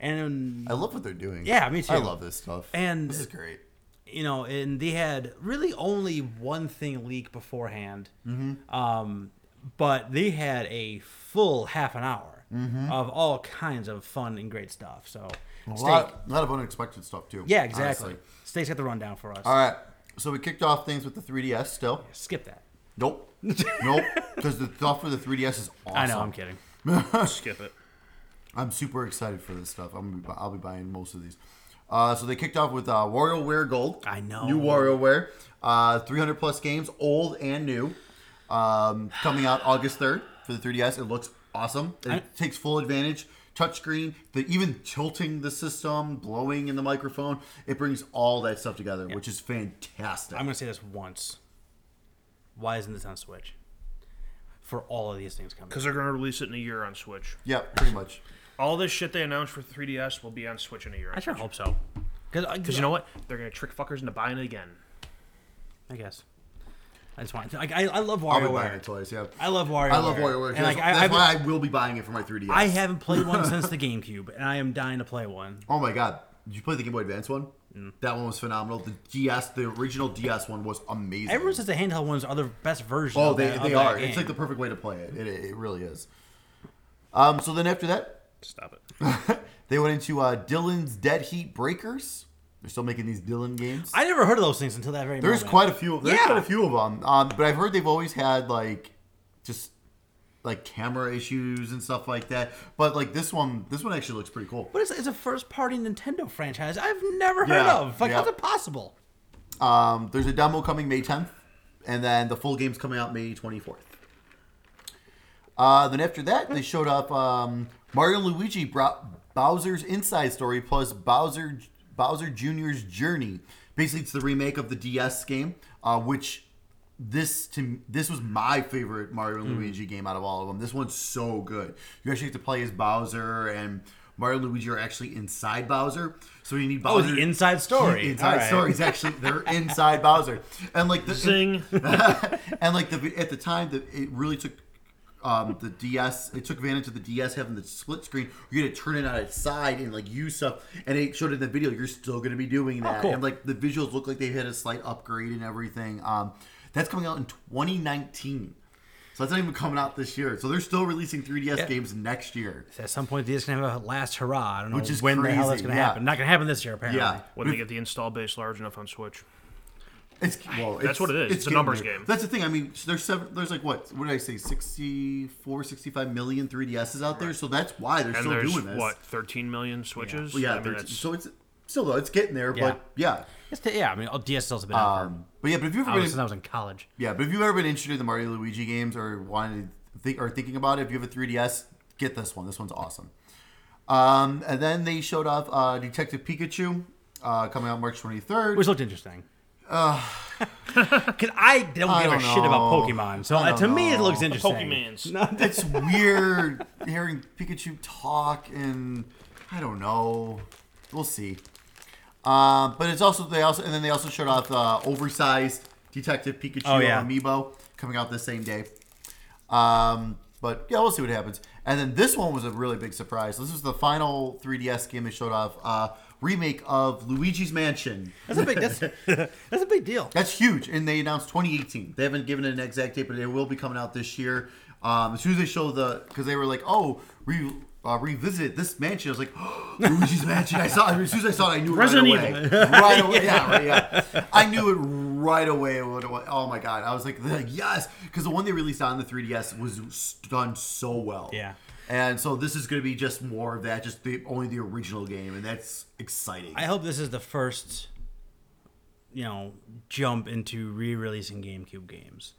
and I love what they're doing. Yeah, me too. I love this stuff. And- this is great. you know, and they had really only one thing leak beforehand, um, but they had a full half an hour of all kinds of fun and great stuff. So, A Steak- lot, a lot of unexpected stuff too. yeah, exactly. honestly. State's got the rundown for us. All right. So we kicked off things with the [laughs] 3DS still. Skip that. Nope. nope. Because the stuff for the 3DS is awesome. I know. I'm kidding. Skip it. I'm super excited for this stuff. I'm gonna be, bu- I'll be buying most of these. Uh, so they kicked off with uh, WarioWare Gold. I know. New WarioWare. Uh, 300 plus games, old and new. Um, coming out August 3rd for the 3DS. It looks awesome. It I- takes full advantage. Touchscreen, the even tilting the system, blowing in the microphone. It brings all that stuff together, which is fantastic. I'm gonna say this once. Why isn't this on Switch? For all of these things coming. Because they're going to release it in a year on Switch. yeah, pretty much. All this shit they announced for 3DS will be on Switch in a year. I sure hope so. Because Because you know what? They're going to trick fuckers into buying it again. I guess. I just want. To, I, I I love I'll be buying WarioWare. it twice, yeah. I love WarioWare. I love WarioWare. And That's, like I, that's I've- why I will be buying it for my 3DS. I haven't played one since the GameCube, and I am dying to play one. Oh my god! Did you play the Game Boy Advance one? That one was phenomenal. The DS, the original DS one, was amazing. Everyone says the handheld ones are the best version. oh, of they, that- of they that are. game. It's like the perfect way to play it. It, it really is. Um, so then after that, Stop it. they went into uh, Dylan's Dead Heat Breakers. They're still making these Dylan games. I never heard of those things until that very. There's moment. quite a few. There's Yeah. quite a few of them. Um, but I've heard they've always had like just like camera issues and stuff like that. But like this one, this one actually looks pretty cool. But it's, it's a first-party Nintendo franchise I've never heard Yeah, of. Like, yeah. how's it possible? Um, there's a demo coming May 10th, and then the full game's coming out May 24th. Uh, then after that, they showed up um, Mario and Luigi brought Bowser's Inside Story plus Bowser Bowser Jr.'s Journey. Basically, it's the remake of the DS game, uh, which this to this was my favorite Mario and Luigi game out of all of them. This one's so good. You actually have to play as Bowser, and Mario and Luigi are actually inside Bowser, so you need Oh, Bowser. the Inside Story. Inside All right. story is actually [laughs] they're inside Bowser, and like the, [laughs] Zing. [laughs] and like the at the time that it really took um, the DS it took advantage of the DS having the split screen. You had to turn it on its side and like use stuff, and it showed in the video you're still going to be doing that, cool. and like the visuals look like they had a slight upgrade and everything. Um, that's coming out in 2019. So that's not even coming out this year. So they're still releasing 3DS Yeah. games next year. At some point, they're gonna have a last hurrah. I don't know Which is when the hell crazy, that's gonna yeah. happen. Not gonna happen this year, apparently. Yeah, when they get the install base large enough on Switch. It's well, That's it's- what it is. It's a getting numbers there. game. That's the thing. I mean, there's seven. There's like what? What did I say? 64, 65 million 3DSs out there. So that's why they're And still there's doing this. what 13 million Switches. Well, yeah. I mean, 13 that's- so it's still though it's getting there, Yeah. but yeah. It's t- yeah. I mean, oh, DSL's have been out Um, but yeah, but if you've for, ever been, since I was in college. yeah, but if you've ever been interested in the Mario and Luigi games or wanted to think or thinking about it, if you have a 3DS, get this one. This one's awesome. Um, and then they showed off uh, Detective Pikachu uh, coming out March 23rd. which looked interesting. [laughs] Because I don't I give a don't shit about know. Pokemon, so I uh, to don't me it know. looks The interesting. Pokemans. it's weird hearing Pikachu talk, and I don't know. We'll see. Uh, but it's also they also and then they also showed off uh, oversized Detective Pikachu Oh, yeah. amiibo coming out the same day. Um, but yeah, we'll see what happens. And then this one was a really big surprise. This was the final 3DS game they showed off. Uh, remake of Luigi's Mansion. That's a big. [laughs] That's, that's a big deal. That's huge, and they announced 2018. They haven't given an exact date, but it will be coming out this year. Um, as soon as they show the, because they were like, "Oh, re, uh, revisit this mansion," I was like, [laughs] "Luigi's Mansion." I saw. it. As soon as I saw it, I knew it Resident [laughs] right away. Right away, yeah, right, yeah. I knew it right away. what it was. Oh my god, I was like, "Yes," because the one they released on the 3DS was done so well. Yeah. And so this is going to be just more of that, just the only the original game, and that's exciting. I hope this is the first you know jump into re-releasing GameCube [laughs] games.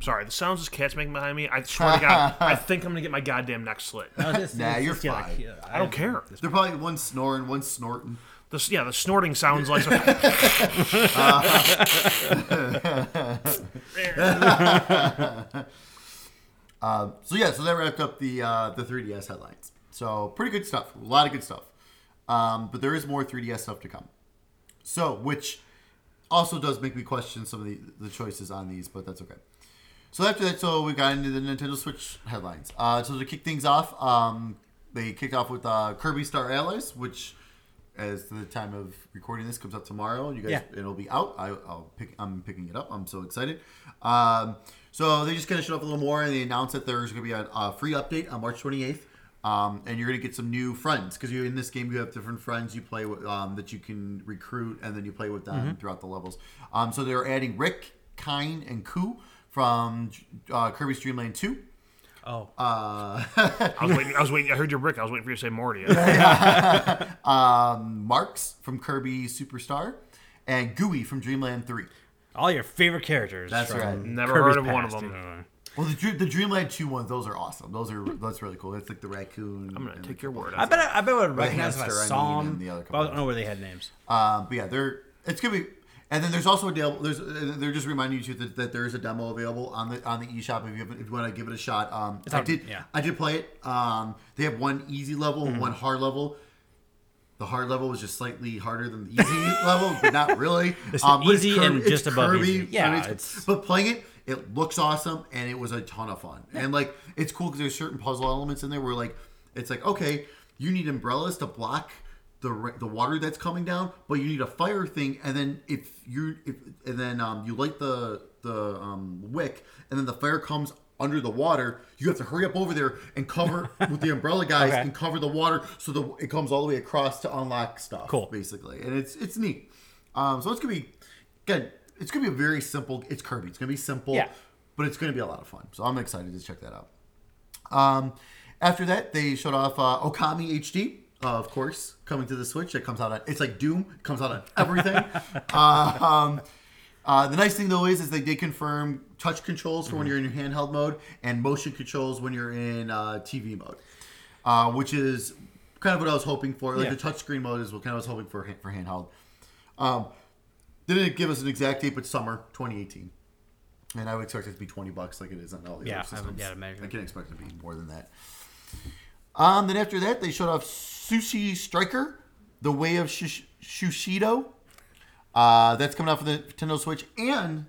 Sorry, the sounds this cat's making behind me. I swear to God, I think I'm gonna get my goddamn neck slit. No, this- Nah, this- you're this- Uh, yeah, fine. yeah, I don't care. They're probably one snoring, one snorting. The, s- yeah, the snorting sounds like. So yeah, so that wrapped up the uh, the 3DS headlines. So pretty good stuff, a lot of good stuff. Um, but there is more 3DS stuff to come. So which also does make me question some of the, the choices on these, but that's okay. So after that, so we got into the Nintendo Switch headlines. Uh, so to kick things off, um, they kicked off with uh, Kirby Star Allies, which, as the time of recording this, comes up tomorrow. You guys, Yeah. it'll be out. I, I'll pick. I'm picking it up. I'm so excited. Um, so they just kind of showed off a little more, and they announced that there's going to be a, a free update on March 28th. Um, and you're gonna get some new friends because you in this game you have different friends you play with um, that you can recruit and then you play with them throughout the levels. Um, so they're adding Rick, Kine, and Ku from uh, Kirby's Dream Land 2. Oh, I was waiting. I was waiting. I heard your brick. I was waiting for you to say Morty. Marks from Kirby Superstar, and Gooey from Dreamland 3. all your favorite characters. That's from right. Never Kirby's heard of one of past, them. you know. Well, the, Dr- the Dreamland 2 ones, those are awesome. Those are that's really cool. That's like the raccoon. I'm gonna take your word. I on it. bet I, I bet I would recognize if I hamster, I saw mean, them. and the other but I couple. don't know where they had names. Um, but yeah, they're it's gonna be. And then there's also a demo. There's uh, they're just reminding you too that, that there is a demo available on the on the eShop if you, if you want to give it a shot. Um, I on- did yeah. Mm-hmm. I did play it. Um, they have one easy level and one hard level. The hard level was just slightly harder than the easy [laughs] level, but not really. It's but easy Kirby- and it's just above Kirby, easy. I mean, Yeah, it's- it's- but playing it, it looks awesome and it was a ton of fun. And like it's cool because there's certain puzzle elements in there where like it's like okay, you need umbrellas to block the ra- the water that's coming down, but you need a fire thing, and then if you if and then um, you light the the um, wick, and then the fire comes under the water. You have to hurry up over there and [laughs] cover with the umbrella guys Okay. and cover the water so the it comes all the way across to unlock stuff. Cool. basically, and it's it's neat. Um, so it's gonna be good. It's gonna be a very simple. It's Kirby. It's gonna be simple, Yeah. but it's gonna be a lot of fun. So I'm excited to check that out. Um, after that, they showed off uh, Okami HD, uh, of course, coming to the Switch. It comes out on. It's like Doom. It comes out on everything. uh, um, uh, the nice thing though is, is they did confirm touch controls for when you're in handheld mode and motion controls when you're in uh, TV mode, uh, which is kind of what I was hoping for. Like Yeah. the touchscreen mode is what kind of was hoping for ha- for handheld. Um, they didn't give us an exact date, but summer 2018. And I would expect it to be 20 bucks like it is on all the Yeah, other I would- systems. yeah, I'd imagine. I can expect it to be more than that. Um, then after that, they showed off Sushi Striker, The Way of Shish- Shushido. Uh, that's coming out for the Nintendo Switch and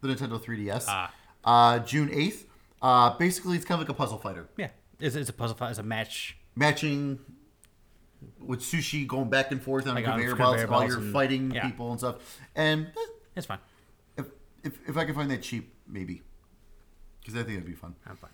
the Nintendo 3DS. Ah. Uh, June 8th. Uh, basically, it's kind of like a puzzle fighter. Yeah, it's, it's a puzzle. fi- It's a match. Matching with sushi going back and forth on a Like on conveyor conveyor belts while belts you're and- fighting yeah. people and stuff. And eh, It's fine. if, if, if I can find that cheap, maybe. Because I think it'd be fun. I'm fine.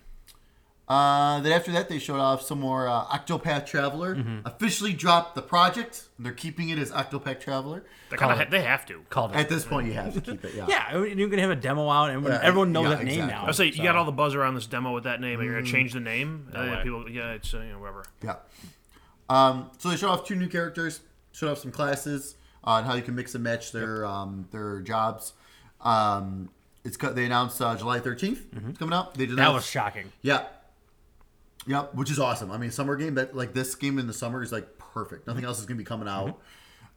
Uh, then after that, they showed off some more uh, Octopath Traveler. Mm-hmm. Officially dropped the project. And they're keeping it as Octopath Traveler. They kind of ha- they have to. Called it. At this point, you have to keep it. Yeah. yeah, I mean, you're gonna have a demo out, and everyone- Yeah, everyone knows yeah, that name exactly. now. I say you got so- all the buzz around this demo with that name, and you're gonna change the name. uh, yeah, way. people, yeah, it's uh, you know, whatever. Yeah. Um, so they showed off two new characters. Showed off some classes on how you can mix and match their um, their jobs. Um, it's co- they announced uh, July 13th It's coming out. They Mm-hmm. did That was shocking. Yeah. Yeah, which is awesome. I mean, summer game that like this game in the summer is like perfect. Mm-hmm. Nothing else is gonna be coming out.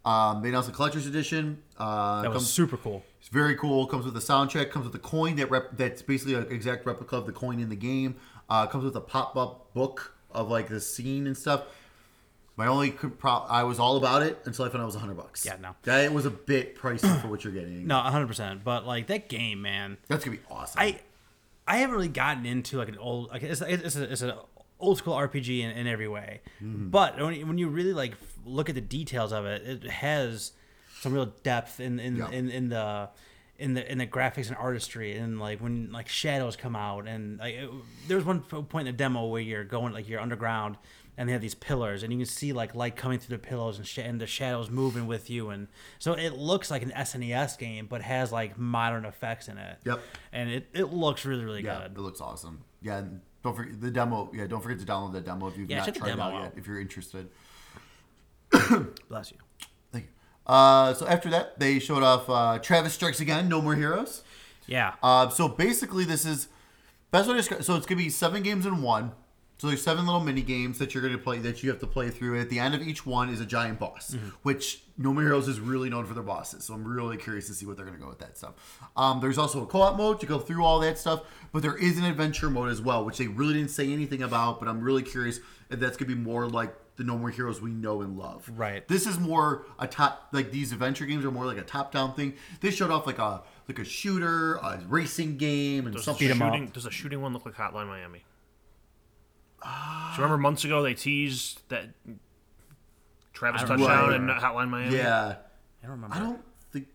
Um, they announced the collector's edition. Uh, That was comes- super cool. it's very cool. Comes with a soundtrack. Comes with a coin that rep- that's basically an exact replica of the coin in the game. Uh, comes with a pop up book of like the scene and stuff. My only co- pro- I was all about it until I found out it was hundred bucks. Yeah, no. that was a bit pricey for what you're getting. No, 100. percent But like that game, man, That's gonna be awesome. I I haven't really gotten into like an old like it's it's a, it's an old school RPG in, in every way. Mm-hmm. But when you, when you really like f- look at the details of it, it has some real depth in in, Yeah. in, in the in the in the graphics and artistry and like when like shadows come out and like it, there was one p- point in the demo where you're going like you're underground and they have these pillars and you can see like light coming through the pillows and, sh- and the shadows moving with you and so it looks like an SNES game but has like modern effects in it Yep. and it, it looks really really yeah, it good. looks awesome. Yeah, and don't forget the demo. Yeah, don't forget to download that demo if you've Yeah, not check the tried it demo out out. yet. If you're interested. Bless you. Thank you. Uh, so after that, they showed off uh, Travis Strikes Again, No More Heroes. Yeah. Uh, so basically, this is best way to describe. So it's gonna be seven games in one. So there's seven little mini games that you're gonna play that you have to play through. At the end of each one is a giant boss, Mm-hmm. which No More Heroes is really known for their bosses. So I'm really curious to see what they're gonna go with that stuff. Um, there's also a co-op mode to go through all that stuff, but there is an adventure mode as well, which they really didn't say anything about. But I'm really curious if that's gonna be more like the No More Heroes we know and love. Right. This is more a top like these adventure games are more like a top-down thing. They showed off like a like a shooter, a racing game, and Does the something. Beat 'em shooting, up. does the shooting one look like Hotline Miami? so remember months ago they teased that Travis I don't remember. touchdown and Hotline Miami. Yeah, I don't remember. I don't think.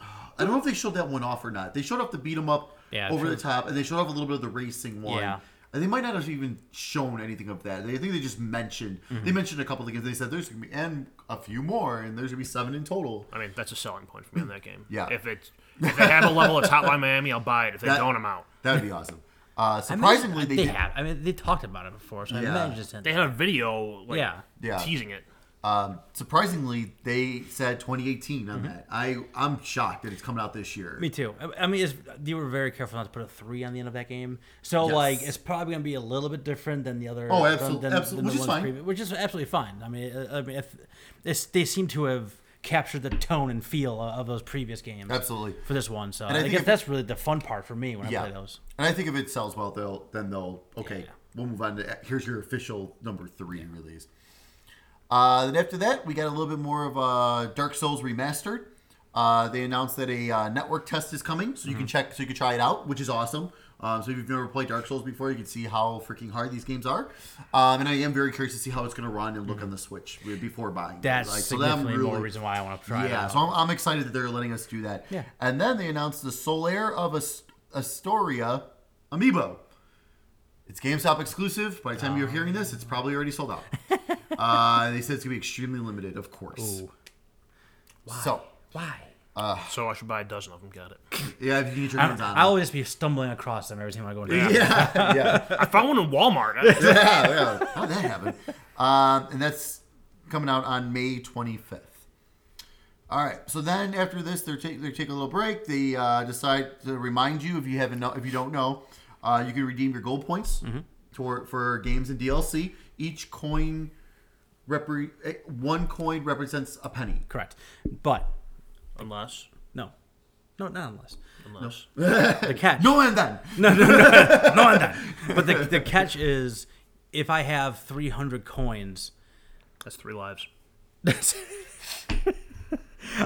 I don't know if they showed that one off or not. They showed off the beat 'em up Yeah, over true. the top, and they showed off a little bit of the racing one. Yeah. And they might not have even shown anything of that. They I think they just mentioned Mm-hmm. they mentioned a couple of games. They said there's gonna be and a few more, and there's gonna be seven in total. I mean that's a selling point for me on that game. Yeah. If it if they have a level that's Hotline Miami, I'll buy it. If they That- don't, I'm out. That would be awesome. Uh, surprisingly, I mean, they, did. have. I mean, they talked about it before, so I Yeah. imagine it's in They had a video like Yeah. Yeah. teasing it. Um, surprisingly, they said 2018 on that. I I'm shocked that it's coming out this year. Mm-hmm. Me too. I- I mean, it's, they were very careful not to put a three on the end of that game, so Yes. like it's probably going to be a little bit different than the other. Oh, than- absolute- than- absolute- than the which is ones fine. previ- which is absolutely fine. I mean, uh, I mean, if it's, they seem to have captured the tone and feel of of those previous games Absolutely. for this one. So I I, think guess if- that's really the fun part for me when I play those. And I think if it sells well, they'll then they'll okay. Yeah. We'll move on to here's your official number three release. Uh, then after that, we got a little bit more of uh, Dark Souls remastered. Uh, they announced that a uh, network test is coming, so you Mm-hmm. can check, so you can try it out, which is awesome. Um, so if you've never played Dark Souls before, you can see how freaking hard these games are. Um, and I am very curious to see how it's going to run and look on the Switch before buying. it. Mm-hmm. That's Like, so that I'm significantly more really- reason why I want to try. it yeah, out. so I'm, I'm excited that they're letting us do that. Yeah. And then they announced the Solaire of Ast- Astoria Amiibo. It's GameStop exclusive. By the time you're hearing this, it's probably already [laughs] sold out. uh, they said it's gonna be extremely limited, of course. So why? So I should buy a dozen of them. Got it. yeah, if you can get your I, hands don't- on I always just be stumbling across them every time I go into. it. [laughs] Yeah, yeah, I found one in Walmart. [laughs] [laughs] I- yeah, yeah. How'd that happen? Um, and that's coming out on May 25th. All right. So then after this, they take they take a little break. They uh, decide to remind you if you haven't know, if you don't know, uh, you can redeem your gold points for for games and DLC. Each coin repre- eh, one coin represents a penny. Correct, but unless, no, no, not unless unless. the catch. No and then. no, I'm not. But the, the catch is if I have 300 coins, That's three lives.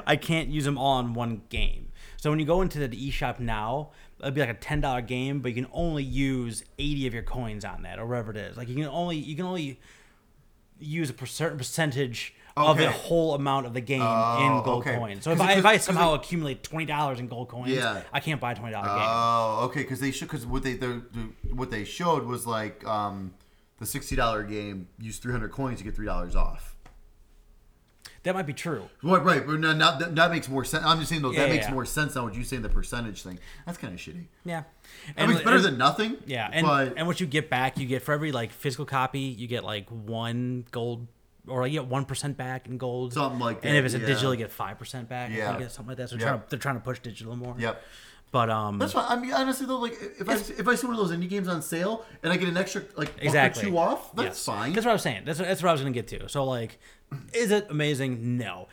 I can't use them all in one game. So when you go into the eShop now, it'd be like a ten dollar game, but you can only use eighty of your coins on that, or whatever it is. Like you can only you can only use a per- certain percentage of the Okay. whole amount of the game Oh, in gold okay. coins. So if 'Cause it- I, if 'cause- I 'cause it- somehow accumulate twenty dollars in gold coins, Yeah. I can't buy a twenty dollar game. Oh, okay. Because they should. Because what they the, the, what they showed was like um, the sixty dollar game. Use three hundred coins to get three dollars off. That might be true. Right, right. But no, not, that, that makes more sense. I'm just saying though, Yeah, that yeah, makes yeah. more sense than what you say in the percentage thing. That's kind of shitty. Yeah, I mean, it's better than nothing. Yeah, and but and what you get back, you get for every like physical copy, you get like one gold, or you get one percent back in gold, Something like And that, if it's a yeah. digital, you get five percent back. Yeah. Yeah, get something like that. So Yeah. they're trying to, they're trying to push digital more. yep. but um, That's fine. I mean, honestly though, like if I if I see one of those indie games on sale and I get an extra like buck or exactly two off, that's Yes. fine. That's what I was saying. That's that's what I was gonna get to. So like, is it amazing? No,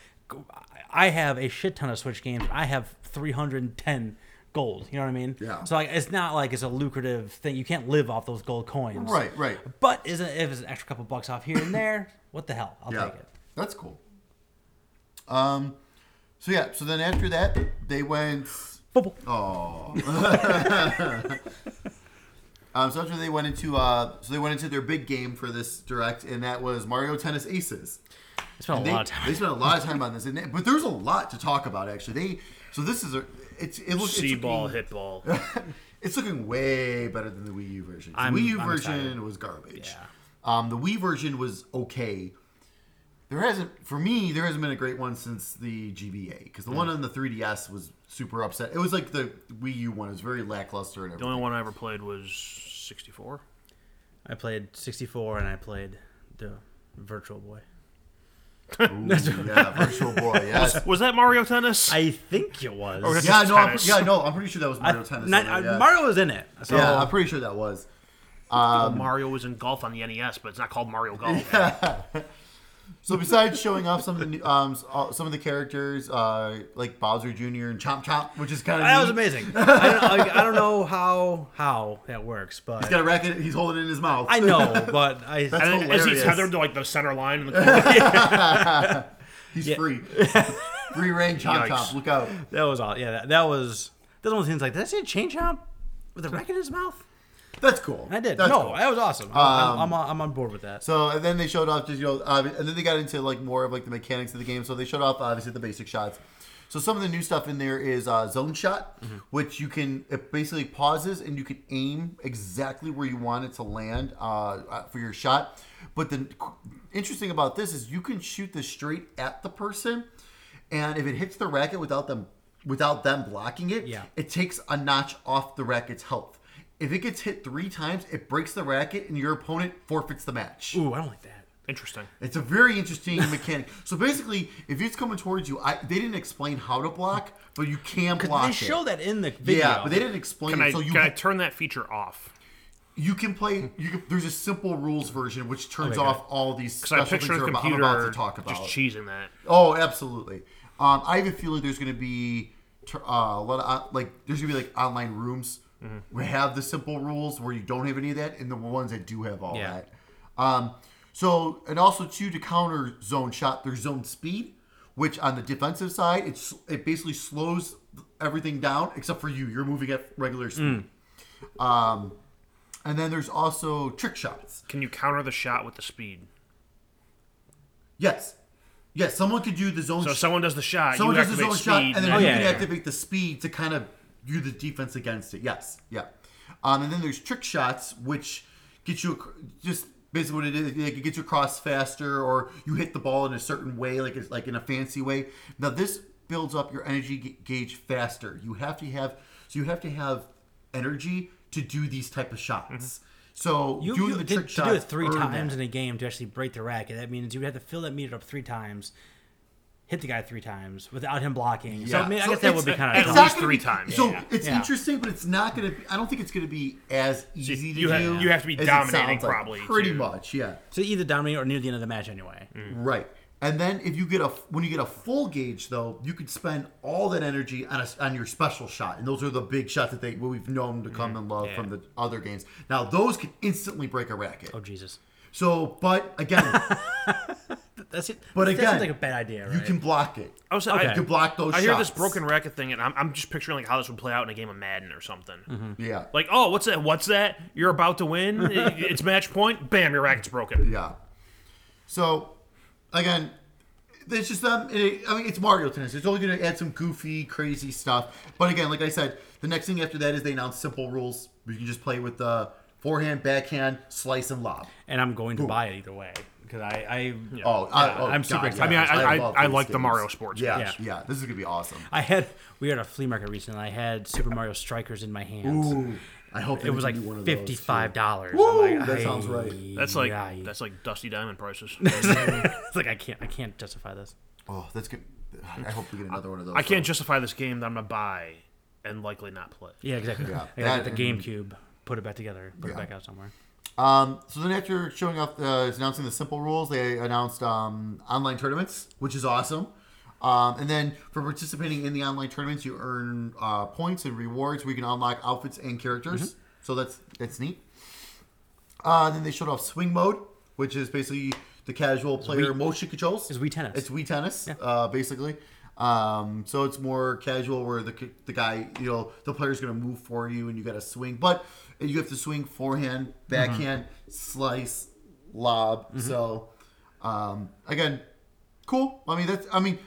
I have a shit ton of Switch games. I have three hundred and ten. Gold, you know what I mean? Yeah. So like, it's not like it's a lucrative thing. You can't live off those gold coins. right, right. But isn't if it's an extra couple bucks off here and [coughs] there, what the hell? I'll Yeah, take it. that's cool. Um, so yeah. So then after that, they went. Bubble. Um, so after they went into uh, so they went into their big game for this direct, and that was Mario Tennis Aces. spent a they, lot of time. they spent a lot of time on this, and they- but there's a lot to talk about actually. They so this is a it's it looks Sea it's ball, looking, [laughs] hit ball. It's looking way better than the Wii U version. The I'm- Wii U I'm version excited. was garbage. Yeah. Um, the Wii version was okay. There hasn't for me there hasn't been a great one since the GBA because the one Mm. on the 3DS was super upset. It was like the Wii U one. It was very lackluster and The everything. only one I ever played was 64. I played 64 and I played the Virtual Boy. [laughs] Ooh, yeah, virtual boy. Yes. Was that Mario Tennis? I think it was. [laughs] Oh, that's- Yeah, no, I'm, Tennis. yeah, no, I'm pretty sure that was I- Mario Tennis. not- uh, on there, I- yeah. Mario was in it. So yeah, I'm pretty sure that was. Uh, Mario was in golf on the NES, but it's not called Mario Golf. So besides showing off some of the new- um s- uh, some of the characters uh like Bowser Jr. and Chomp Chomp, which is kind of that was amazing. [laughs] I don't, I, I don't know how how that works, but [laughs] He's got a racket. He's holding it in his mouth. I know, but I That's and then as he's hilarious. tethered to like the center line in the [laughs] corner, He's [laughs] free. free reign Chomp Yikes. Chomp. Look out. that was all. Yeah, that, that was that's one of the things. Like, did I see a chain chop with a racket in his mouth? That's cool. I did. That's no, cool. Um, that was awesome. I'm, I'm, I'm on board with that. So and then they showed off just you know, uh, and then they got into like more of like the mechanics of the game. So they showed off obviously the basic shots. So some of the new stuff in there is uh, zone shot, Mm-hmm. which you can it basically pauses and you can aim exactly where you want it to land uh, uh, for your shot. But the interesting about this is you can shoot this straight at the person, and if it hits the racket without them without them blocking it, Yeah. it takes a notch off the racket's health. If it gets hit three times, it breaks the racket, and your opponent forfeits the match. Ooh, I don't like that. interesting. It's a very [laughs] interesting mechanic. So basically, if it's coming towards you, I, they didn't explain how to block, but you can block They it. show that in the video. yeah, but they didn't explain Can it. I so you can I Hmm. turn that feature off? you can play. You can, there's a simple rules version which Oh Okay, turns good. off all these Because I special picture things the I'm about- I'm computer about to talk about. just cheesing that. Oh, absolutely. Um, I have a feeling there's going to be tr- uh, a lot of uh, like there's going to be like online rooms. We have the simple rules where you don't have any of that, and the ones that do have all Yeah. that. Um, so and also too to counter zone shot, there's zone speed, which on the defensive side, it's it basically slows everything down except for you. You're moving at regular speed. Um, and then there's also trick shots. Can you counter the shot with the speed? Yes, yes, someone could do the zone. So shot. if someone does the shot, Someone you does his activate own speed, shot, and then Oh, you yeah, can yeah. activate the speed to kind of do the defense against it. Yes, yeah. Um, and then there's trick shots, which get you ac- just basically what it is. Like it gets you across faster, or you hit the ball in a certain way, like it's like in a fancy way. Now this builds up your energy ga- gauge faster. You have to have so you have to have energy to do these type of shots. So Mm-hmm. You, doing you the did- trick to shots do it three earn that. times in a game to actually break the racket. That means you would have to fill that meter up three times, hit the guy three times without him blocking. So I, mean, I guess that it's- would be kind of at it's dumb. not least gonna three be- times. So Yeah. it's Yeah. interesting, but it's not going to. be I don't think it's going to be as easy to you ha- do. you have to be as it dominating sounds like. probably Pretty to- much, yeah. So either dominate or near the end of the match anyway. Mm. Right. And then if you get a when you get a full gauge though, you could spend all that energy on a, on your special shot, and those are the big shots that they what we've known to Mm-hmm. come and love from the other games. Now those can instantly break a racket. Oh Jesus, So, but [laughs] again, that's it. But that again, sounds like a bad idea, right? you can block it. I was Oh, Okay. I, You can block those. I hear this shots. broken racket thing, and I'm, I'm just picturing like how this would play out in a game of Madden or something. Mm-hmm. Yeah. Like, oh, what's that? What's that? You're about [laughs] to win. I- it's match point. Bam, your racket's broken. Yeah. So, again, it's just um. It, I mean, it's Mario Tennis. It's only going to add some goofy, crazy stuff. But again, like I said, the next thing after that is they announce simple rules. You can just play with the forehand, backhand, slice, and lob. and I'm going to buy it either way because I, uh, I, Oh, I, oh, I'm super God, excited. yeah, I mean, I- I- love I these like the games. Mario sports Yeah, games. yeah. This is gonna be awesome. I had we were at a flea market recently. and I had Super Mario Strikers in my hands. I hope they It was make like me one of those, too. fifty-five dollars. Woo! like, That sounds "Aye, right. That's [laughs] like aye." that's like Dusty Diamond [laughs] prices. it's like I can't, I can't justify this. Oh, that's good. I hope we get another one of those. I can't though. justify this game that I'm gonna buy and likely not play. Yeah, exactly. Yeah, I gotta get that the GameCube, put it back together, put Yeah. it back out somewhere. Um, so then after showing off, uh, announcing the simple rules, they announced um, online tournaments, which is awesome. Um, and then for participating in the online tournaments, you earn uh, points and rewards where you can unlock outfits and characters. So that's that's neat. Uh, then they showed off swing mode, which is basically the casual player motion controls. it's Wii Tennis. It's Wii tennis, uh, basically. Um, so it's more casual where the ki- the guy, you know, the player's going to move for you and you got to swing, but you have to swing forehand, backhand, slice, lob. Mm-hmm. So um, again, cool. I mean that's I mean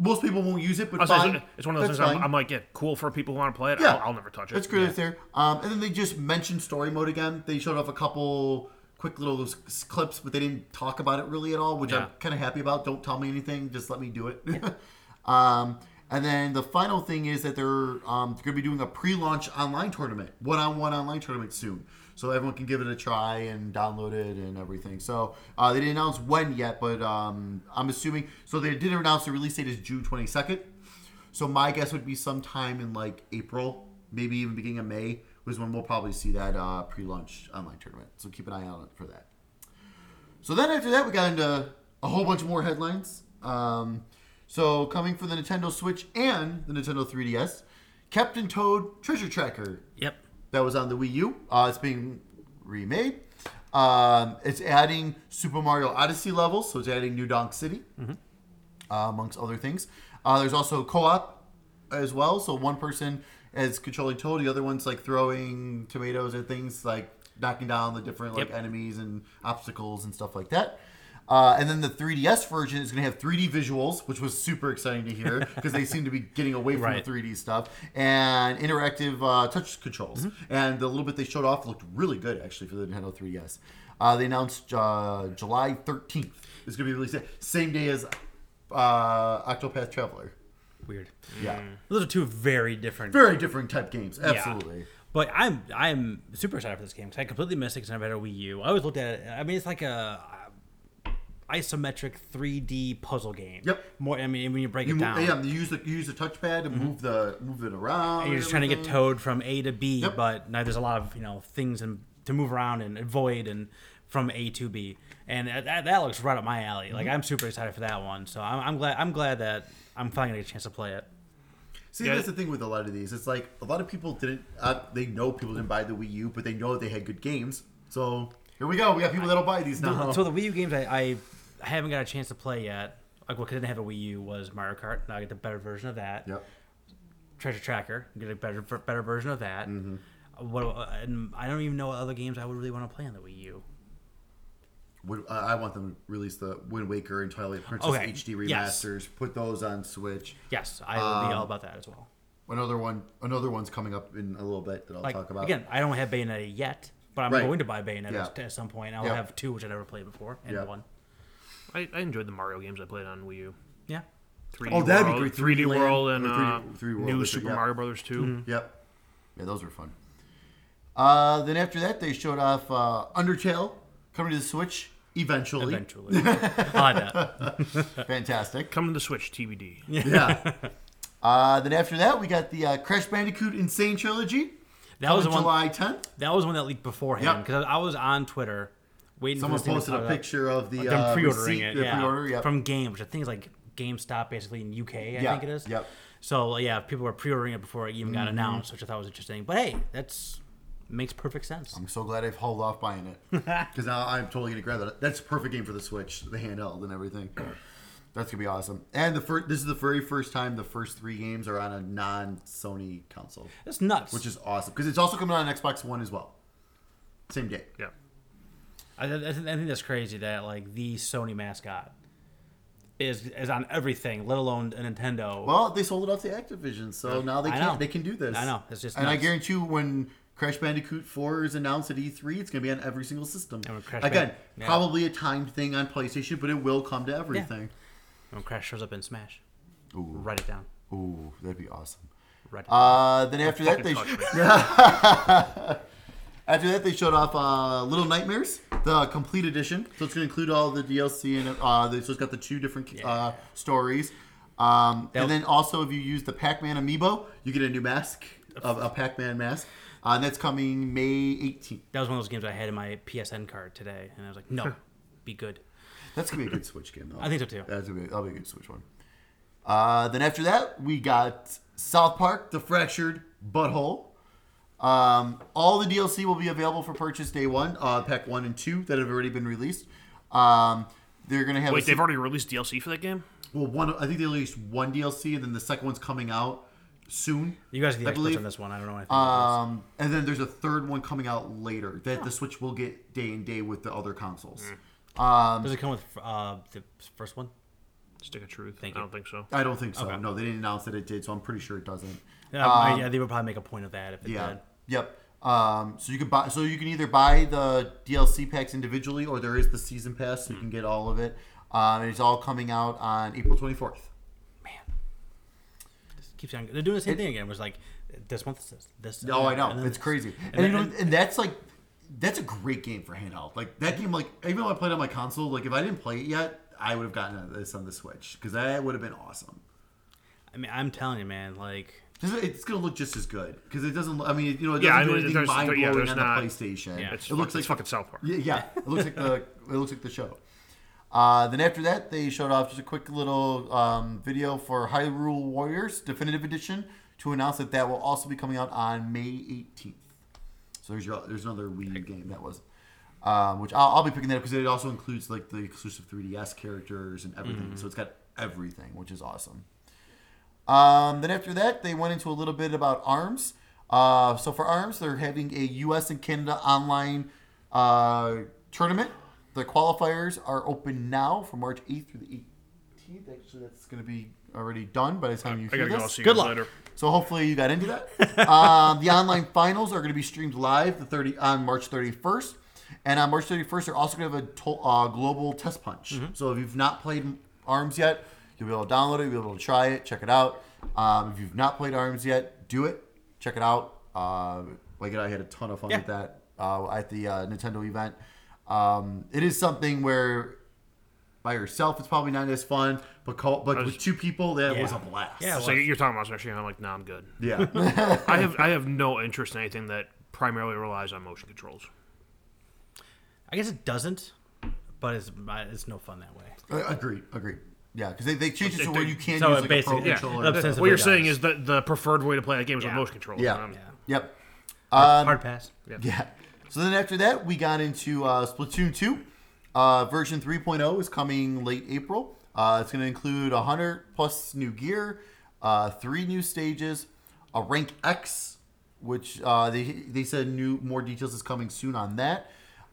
most people won't use it, but I was fine. like, it's one of those That's things I'm, fine. I'm like, yeah, cool for people who want to play it. Yeah. I'll, I'll never touch it. That's great. It's there. Um, and then they just mentioned story mode again. They showed off a couple quick little s- s- clips, but they didn't talk about it really at all, which Yeah. I'm kind of happy about. Don't tell me anything. Just let me do it. [laughs] um, and then the final thing is that they're, um, they're going to be doing a pre-launch online tournament, one-on-one online tournament soon. so everyone can give it a try and download it and everything. So uh, they didn't announce when yet, but um, I'm assuming so they didn't announce the release date is June 22nd. So my guess would be sometime in like April, maybe even beginning of May, was when we'll probably see that uh, pre-launch online tournament. So keep an eye out for that. So then after that, we got into a whole bunch more headlines. Um, so coming for the Nintendo Switch and the Nintendo 3DS, Captain Toad Treasure Tracker Yep. that was on the Wii U. Uh, it's being remade. Um, it's adding Super Mario Odyssey levels, so it's adding New Donk City, uh, amongst other things. Uh, there's also co-op as well, so one person is controlling Toad, the other one's like throwing tomatoes at things, like knocking down the different like Yep. enemies and obstacles and stuff like that. Uh, and then the 3DS version is going to have 3D visuals, which was super exciting to [laughs] hear because they seem to be getting away from Right. the 3D stuff and interactive uh, touch controls. Mm-hmm. And the little bit they showed off looked really good actually for the Nintendo 3DS. Uh, they announced uh, July 13th is going to be released same day as uh, Octopath Traveler. Weird. Yeah, Those are two very different. very different type games. Absolutely. But I'm I'm super excited for this game because I completely missed it because I never had a Wii U. I always looked at it. I mean, it's like a uh, isometric 3D puzzle game. Yep. More. I mean, when you break You, it mo- down, Mm-hmm. yeah, you use the you use the touchpad to move the move it around. you're just trying to get everything. towed from A to B. Oh, Yep. But now there's a lot of you know things and to move around and avoid and from A to B. And that, that that looks right up my alley. Mm-hmm. Like I'm super excited for that one. So I'm, I'm glad I'm glad that I'm finally gonna get a chance to play it. See, Yeah. that's the thing with a lot of these. It's like a lot of people didn't. Uh, they know people didn't buy the Wii U, but they know they had good games. So here we go. We got people that'll buy these now. So the Wii U games I, I I haven't got a chance to play yet. Like what didn't have a Wii U was Mario Kart. Now I get the better version of that. yep. Treasure Tracker. Get a better better version of that. Uh, Mm-hmm. What uh, and I don't even know what other games I would really want to play on the Wii U. Would, I I want them to release the Wind Waker and Twilight Princess Okay, HD yes. remasters. Put those on Switch. Yes, I will Um, be all about that as well. Another one. Another one's coming up in a little bit that I'll Like talk about. again, I don't have Bayonetta yet, but I'm Right. going to buy Bayonetta Yeah. at- at some point. I'll Yeah. have two, which I never played before, and Yeah. one. I, I enjoyed the Mario games I played on Wii U. Yeah. 3D Oh, that'd be World, great. 3D 3D Land World and or 3D uh, 3D World, new that's it, Super yeah. Mario Brothers 2. Yep. Yeah, those were fun. Uh, then after that, they showed off uh, Undertale coming to the Switch eventually. Eventually, [laughs] I like that. Fantastic. Coming to the Switch, TBD. [laughs] yeah. [laughs] Uh, then after that, we got the uh, Crash Bandicoot Insane Trilogy. That was the one. July 10th. That was the one that leaked beforehand Yep. because I was on Twitter waiting. Someone for this thing to posted a pop up. picture of the them uh, pre-ordering receipt, it, the yeah, pre-order, yep. from Game, which I think is like GameStop, basically in UK. I Yeah, think it is. yep. Mm-hmm. So yeah, people were pre-ordering it before it even got announced, which I thought was interesting. But hey, that's makes perfect sense. I'm so glad I've hauled off buying it [laughs] because now I'm totally gonna grab that. That's a perfect game for the Switch, the handheld and everything. [clears throat] That's gonna be awesome. And the first, this is the very first time the first three games are on a non-Sony console, That's nuts. which is awesome because it's also coming out on Xbox One as well. Same day. Yeah. I, I, think- I think that's crazy that like the Sony mascot is is on everything, let alone a Nintendo. Well, they sold it off to Activision, so now they I can know. not they can do this. I know, it's just and I nuts. guarantee you when. Crash Bandicoot 4 is announced at E3. It's going to be on every single system. And when Crash Again, Band- yeah. probably a timed thing on PlayStation, but it will come to everything. when Crash shows up in Smash, Ooh. write it down. Ooh, that'd be awesome. Write it. Uh, then after that, they [laughs] Fucking touch me. after that they showed off uh, Little Nightmares, the complete edition. So it's going to include all the DLC and uh, the, so it's got the two different uh, stories. Um, That- and then also, if you use the Pac-Man amiibo, you get a new mask, a, a Pac-Man mask, uh, and that's coming May 18th. that was one of those games I had in my PSN card today, and I was like, no, be good. That's gonna be a good Switch game, though. I think so, too. That's gonna be that'll be a good Switch one. Uh, then after that, we got South Park: The Fractured Butthole. Um, all the DLC will be available for purchase day one. Uh, pack one and two that have already been released. Um, they're gonna have a Wait, se- they've already released DLC for that game? well one. I think they released one DLC, and then the second one's coming out soon. You guys are the I experts believe- on this one. I don't know. Anything about this. Um, and then there's a third one coming out later that the Switch will get day and day with the other consoles. Mm. Um, Does it come with uh, the first one? Stick of Truth. Thank I you. don't think so. I don't think so. No, they didn't announce that it did, so I'm pretty sure it doesn't. Yeah, I- yeah, they would probably make a point of that if it Um, Yeah. did. Yep. Um, so you can buy. So you can either buy the DLC packs individually, or there is the season pass, so you can get all of it. Um, and it's all coming out on April 24th. Man, this keeps on. They're doing the same thing again. It was like this month, this. this Oh, I and know. then It's this. crazy. then- And, you know, and- and that's like that's a great game for handheld. Like that game, like even though I played on my console, like if I didn't play it yet, I would have gotten this on the Switch because that would have been awesome. I mean, I'm telling you, man. Like, This is- It's gonna look just as good because it doesn't. I mean, you know, it doesn't Yeah, I do mean, anything there's- mind blowing yeah, on there's the not- PlayStation. Yeah, It's, it looks fuck- like it's fucking South Park. Yeah, yeah. It looks like the it looks like the show. Uh, then after that, they showed off just a quick little um, video for Hyrule Warriors Definitive Edition to announce that that will also be coming out on May 18th. So there's your, there's another Wii game that was, um, which I'll, I'll be picking that up because it also includes like the exclusive 3DS characters and everything. Mm-hmm. So it's got everything, which is awesome. Um, then after that, they went into a little bit about arms. Uh, so for arms, they're having a U.S. and Canada online uh, tournament. The qualifiers are open now from March 8th through the 18th. Actually, that's going to be already done by the time you I hear gotta this. go. I'll see you Good guys luck. later. So hopefully you got into that. um, the online finals are going to be streamed live the 30 on March 31st, and on March 31st they're also going to have a to- uh, global test punch. Mm-hmm. So if you've not played Arms yet, you'll be able to download it, you'll be able to try it, check it out. Um, if you've not played Arms yet, do it, check it out. Uh, like I had a ton of fun Yeah. with that uh, at the uh, Nintendo event. Um, it is something where by yourself it's probably not as fun, but call, but with two people that was a blast. Yeah, it So was. you're talking about actually. I'm like, nah, I'm good. [laughs] Yeah. I have I have no interest in anything that primarily relies on motion controls. I guess it doesn't, but it's it's no fun that way. Uh, agreed. Agreed. Yeah, because they, they changed it to They- where they- you can't so use it like, a pro basically- yeah, controller. it what you're does. saying is that the preferred way to play that game is Yeah. with motion controls. Yeah. Um, Yep. Um, Hard pass. Yeah. So then after that, we got into uh, Splatoon 2. Uh, version 3.0 is coming late April. Uh, it's going to include 100 plus new gear, uh, three new stages, a rank X, which uh, they they said new more details is coming soon on that.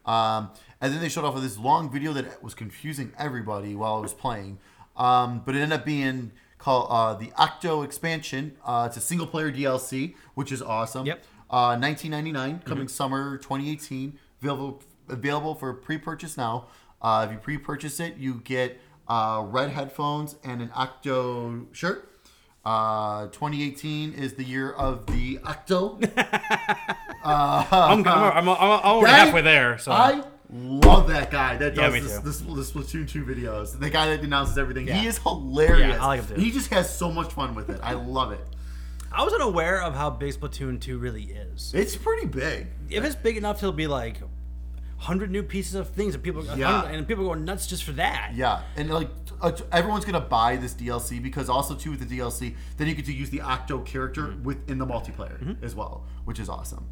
Um, and then they showed off of this long video that was confusing everybody while I was playing. Um, but it ended up being called uh, the Octo expansion. Uh, it's a single player DLC, which is awesome. Yep. Uh, 1999 Mm-hmm. coming summer 2018 available available for pre-purchase now uh, if you pre-purchase it you get uh, red headphones and an octo shirt uh, 2018 is the year of the [laughs] octo I'm, I'm, I'm, I'm, I'm over Right? halfway there. So I love that guy that Yeah, does me this, too. this, this Splatoon 2 videos. The guy that announces everything. He Yeah. is hilarious. Yeah, I like him too. He just has so much fun with it. I love it. I wasn't aware of how big Splatoon 2 really is. It's pretty big. If it's big enough, it'll be like 100 new pieces of things, and people 100 and people go nuts just for that. Yeah, and like uh, everyone's gonna buy this DLC because also too with the DLC, then you get to use the Octo character Mm-hmm. within the multiplayer as well, which [laughs] is awesome.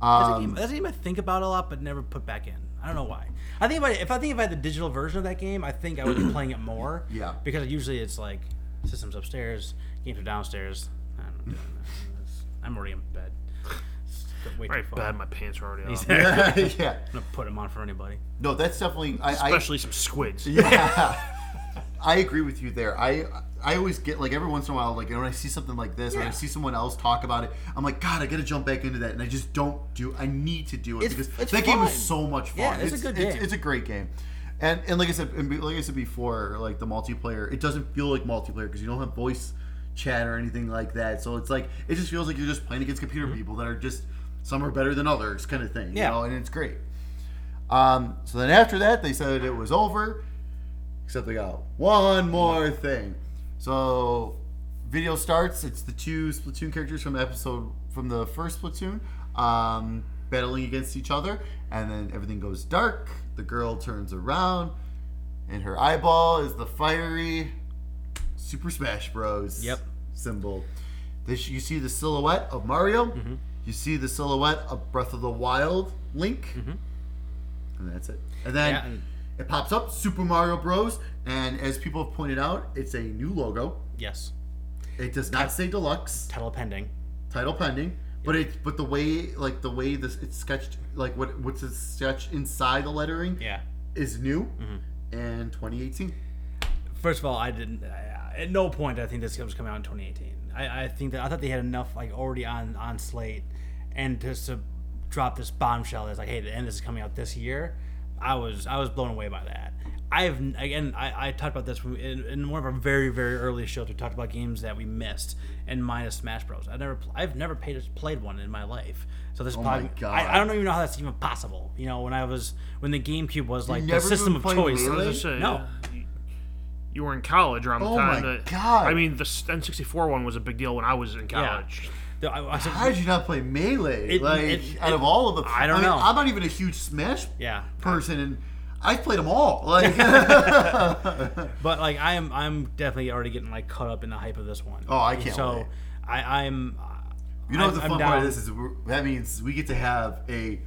That's, Um, a game, that's a game I think about a lot, but never put back in. I don't know why. I think if I, if I think if I had the digital version of that game, I think I would [clears throat] be playing it more. Yeah. Because usually it's like systems upstairs, games are downstairs. I don't [laughs] know. I'm already in bed. It's Way too Right, far. bad. My pants are already off. I'm [laughs] yeah, gonna put them on for anybody. no, that's definitely. I, I Especially some squids. [laughs] I agree with you there. I I always get like every once in a while, like when I see something like this, or I Yeah. see someone else talk about it, I'm like, God, I gotta jump back into that, and I just don't do. I need to do it It's- because it's that game is fun. so much fun. Yeah, it's a good It's, game. it's a great game, and and like I said, and be- like I said before, like the multiplayer, it doesn't feel like multiplayer because you don't have voice chat or anything like that. So it's like it just feels like you're just playing against computer people that are just some are better than others, kind of thing. Mm-hmm. Yeah. you know? and it's great. Um, so then after that, they said it was over, except they got one more thing. So video starts. It's the two Splatoon characters from episode from the first Splatoon um, battling against each other, and then everything goes dark. The girl turns around, and her eyeball is the fiery Super Smash Bros. Yep. symbol. This you see the silhouette of Mario. Mm-hmm. You see the silhouette of Breath of the Wild Link, and that's it. And then Mm-hmm. Yeah, and- it pops up Super Mario Bros. And as people have pointed out, it's a new logo. Yes. It does not say deluxe, Title pending. title pending, but it but the way like the way this it's sketched like what what's it's sketched inside the lettering Yeah. Mm-hmm. is new and 2018. First of all, I didn't. I, at no point I think this was coming out in 2018. I, I think that I thought they had enough like already on on slate, and just to drop this bombshell that's like, hey, the end is coming out this year. I was I was blown away by that. I've again I, I talked about this when we- in, in one of our very very early shows. We talked about games that we missed and minus Smash Bros. I never pl- I've never paid, played one in my life. So this Oh my probably God. I, I don't even know how that's even possible. You know when I was when the GameCube was like the never system even of played choice. Melee? Let's say, No. You, you were in college around the Oh time my that. God. I mean, the s- N64 one was a big deal when I was in college. The- I- I said- How did you not play melee? It- like it- out of all of them, I don't mean, know. I'm not even a huge Smash Yeah. person, and I've played them all. [laughs] Like, [laughs] But like I am, I'm definitely already getting like caught up in the hype of this one. Oh, I can't So wait. I, I'm. you know what the I'm- fun I'm part down. of this is? We're- That means we get to have a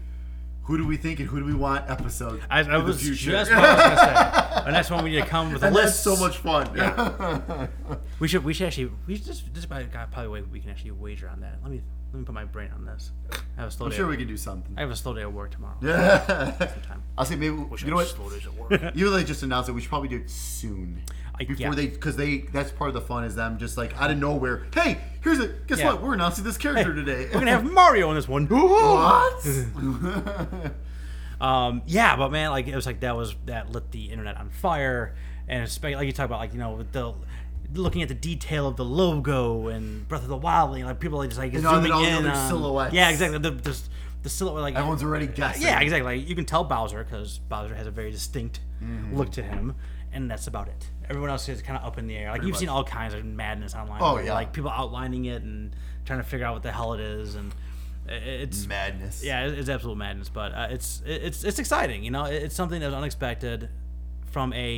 who do we think and who do we want episode. I, I in was the future. [laughs] just what I was gonna say. And that's when we need to come with a and that's list. so much fun. [laughs] We should. We should actually. We should just. This might probably way we can actually wager on that. Let me. Let me put my brain on this. I have a slow I'm day. sure at- we can do something. I have a slow day at work tomorrow. [laughs] Sometime. I'll say maybe you know what. Slow days at [laughs] work. You know they just announced that we should probably do it soon. I- Before yeah. they, because they, that's part of the fun is them just like out of nowhere. Hey, here's a guess Yeah. what? We're announcing this character today. We're [laughs] gonna have Mario in this one. [laughs] what? Um, yeah, but man, like it was like that was that lit the internet on fire, and especially like you talk about like you know with the looking at the detail of the logo and Breath of the Wild, and like people are just like And all the- zooming all the in other on silhouettes. Yeah, exactly. The the, the silhouette like Everyone's already guessing. yeah, exactly. Like, you can tell Bowser because Bowser has a very distinct Mm-hmm. look to him, and that's about it. Everyone else is kind of up in the air. Like you've seen all kinds of madness online. Oh, where, yeah. like people outlining it and trying to figure out what the hell it is, and i- Mm-hmm. it's Madness. yeah, it- it's absolute madness, but uh, it's it- it's it's exciting. You know, It- it's something that's unexpected from a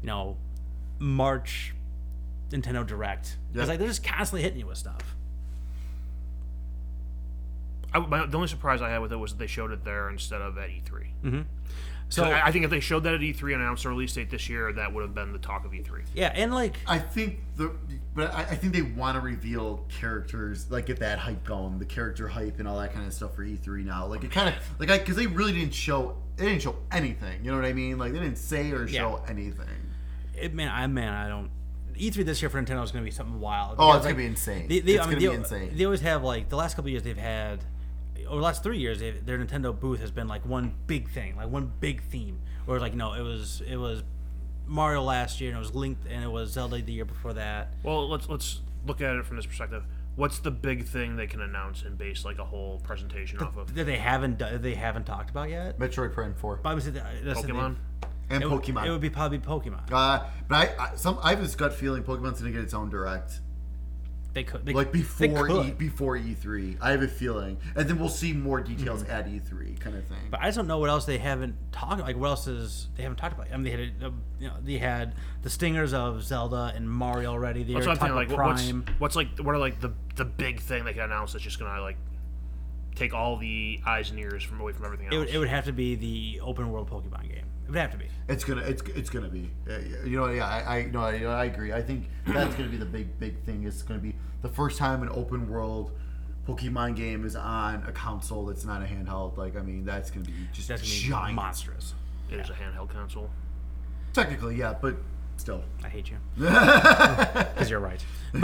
you know March Nintendo Direct. Yeah. It's like they're just constantly hitting you with stuff. I, my, the only surprise I had with it was that they showed it there instead of at E3. So, Mm-hmm. So I, I think if they showed that at E3 and announced a release date this year, that would have been the talk of E E3. yeah, and like I think the, but I, I think they want to reveal characters, like get that hype going, the character hype and all that kind of stuff for E3 now. Like it kind of, like I, because they really didn't show, they didn't show anything. You know what I mean? Like they didn't say or Yeah. show anything. it, man, I man, I don't. E3 this year for Nintendo is going to be something wild. Oh, Because, it's like, gonna be insane. They, they, I it's mean, gonna they, be insane. they always have like the last couple years they've had, or the last three years, they, their Nintendo booth has been like one big thing, like one big theme. Or like you know, it was it was Mario last year, and it was Link, and it was Zelda the year before that. Well, let's let's look at it from this perspective. What's the big thing they can announce and base like a whole presentation off of? That they haven't done- they haven't talked about yet. Metroid Prime Four But I would say that- that's the thing. Pokemon. and It would- Pokemon. It would be probably Pokemon. uh, but I, I, some, I have this gut feeling Pokemon's gonna get its own direct. They could they, like they before could. e, before E3. I have a feeling, and then we'll see more details at E3, kind of thing. Mm-hmm. But I just don't know what else they haven't talked like what else is they haven't talked about. I mean, they had uh, you know they had the stingers of Zelda and Mario already. They That's already what I'm talked thinking. about Like, what- what's Prime. what's like what are like the the big thing they can announce that's just gonna like take all the eyes and ears from away from everything else? It would, it would have to be the open world Pokemon game. It would have to be. It's gonna it's, it's gonna be uh, you know yeah I I no I, I agree. [clears throat] I think that's gonna be the big big thing. It's gonna be the first time an open world. Pokemon game is on a console that's not a handheld. Like, I mean, that's gonna be just That's gonna be giant. monstrous. It is a handheld console. Technically, yeah, but still, I hate you [laughs] because you're right. It's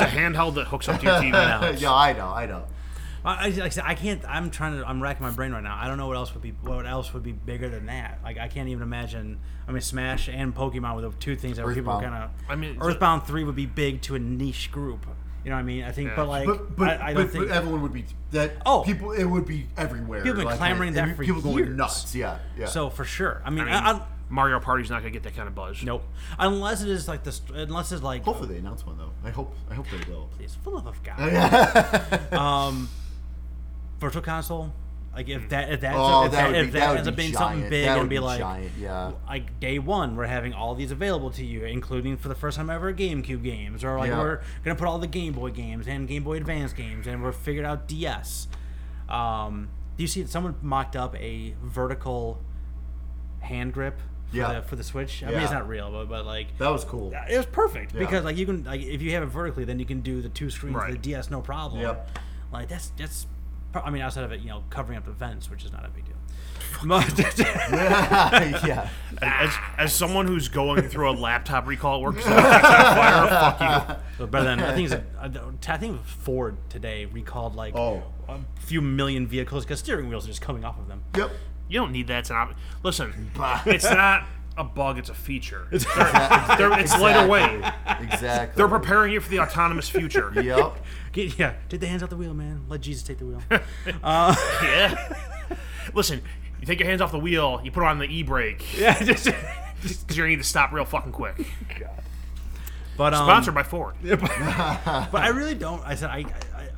a handheld that hooks up to your [laughs] TV now. [laughs] yeah, I know, I know. I, I- like I, said, I can't. I'm trying to. I'm racking my brain right now. I don't know what else would be. What else would be bigger than that? Like I can't even imagine. I mean, Smash and Pokemon were the two things that people Earthbound. kind of. I mean, it's a- Earthbound three would be big to a niche group. You know what I mean? I think, Yeah. but like, But but, I, I don't but, think but everyone would be that. Oh. people, it would be everywhere. People been like, clamoring that every- for people years. going nuts. Yeah, yeah. so for sure. I mean, I I mean, I, Mario Party's not gonna get that kind of buzz. nope. Unless it is like this. Unless it's like Hopefully they announce one though. I hope I hope they [laughs] will. [laughs] Oh, It's for the love of God. um, virtual console. Like Mm. if that if that's Oh, if that would be- if that would ends up be being something giant. big That and would be, be like giant, yeah. like day one we're having all these available to you, including for the first time ever GameCube games, or like Yeah. we're gonna put all the Game Boy games and Game Boy Advance games, and we're figured out DS. Um, do you see someone mocked up a vertical hand grip? For Yeah. the, for the Switch. I mean, it's Yeah. not real, but, but like That was cool. it was perfect Yeah. because like you can like if you have it vertically, then you can do the two screens of the Right. DS no problem. Yep. Like that's that's pro- I mean outside of it you know covering up the vents, which is not a big deal. [laughs] But- [laughs] [laughs] yeah. As, as someone who's going through a laptop recall [laughs] at work, so it takes on fire, fuck you. but better than I think [laughs] it's a, I think Ford today recalled like Oh. a few million vehicles because steering wheels are just coming off of them. Yep. you don't need that. It's an op- listen. Bah. It's not a bug. It's a feature. It's, [laughs] they're, they're- it's lighter weight. Exactly. They're preparing you for the autonomous future. Yep. Get, yeah, take the hands off the wheel, man. Let Jesus take the [laughs] wheel. Yeah. Listen, you take your hands off the wheel, you put on the e brake, yeah, [laughs] Um, just, because you're gonna need to stop real fucking quick. [laughs] but um, Sponsored by Ford. But I really don't. I said I, I,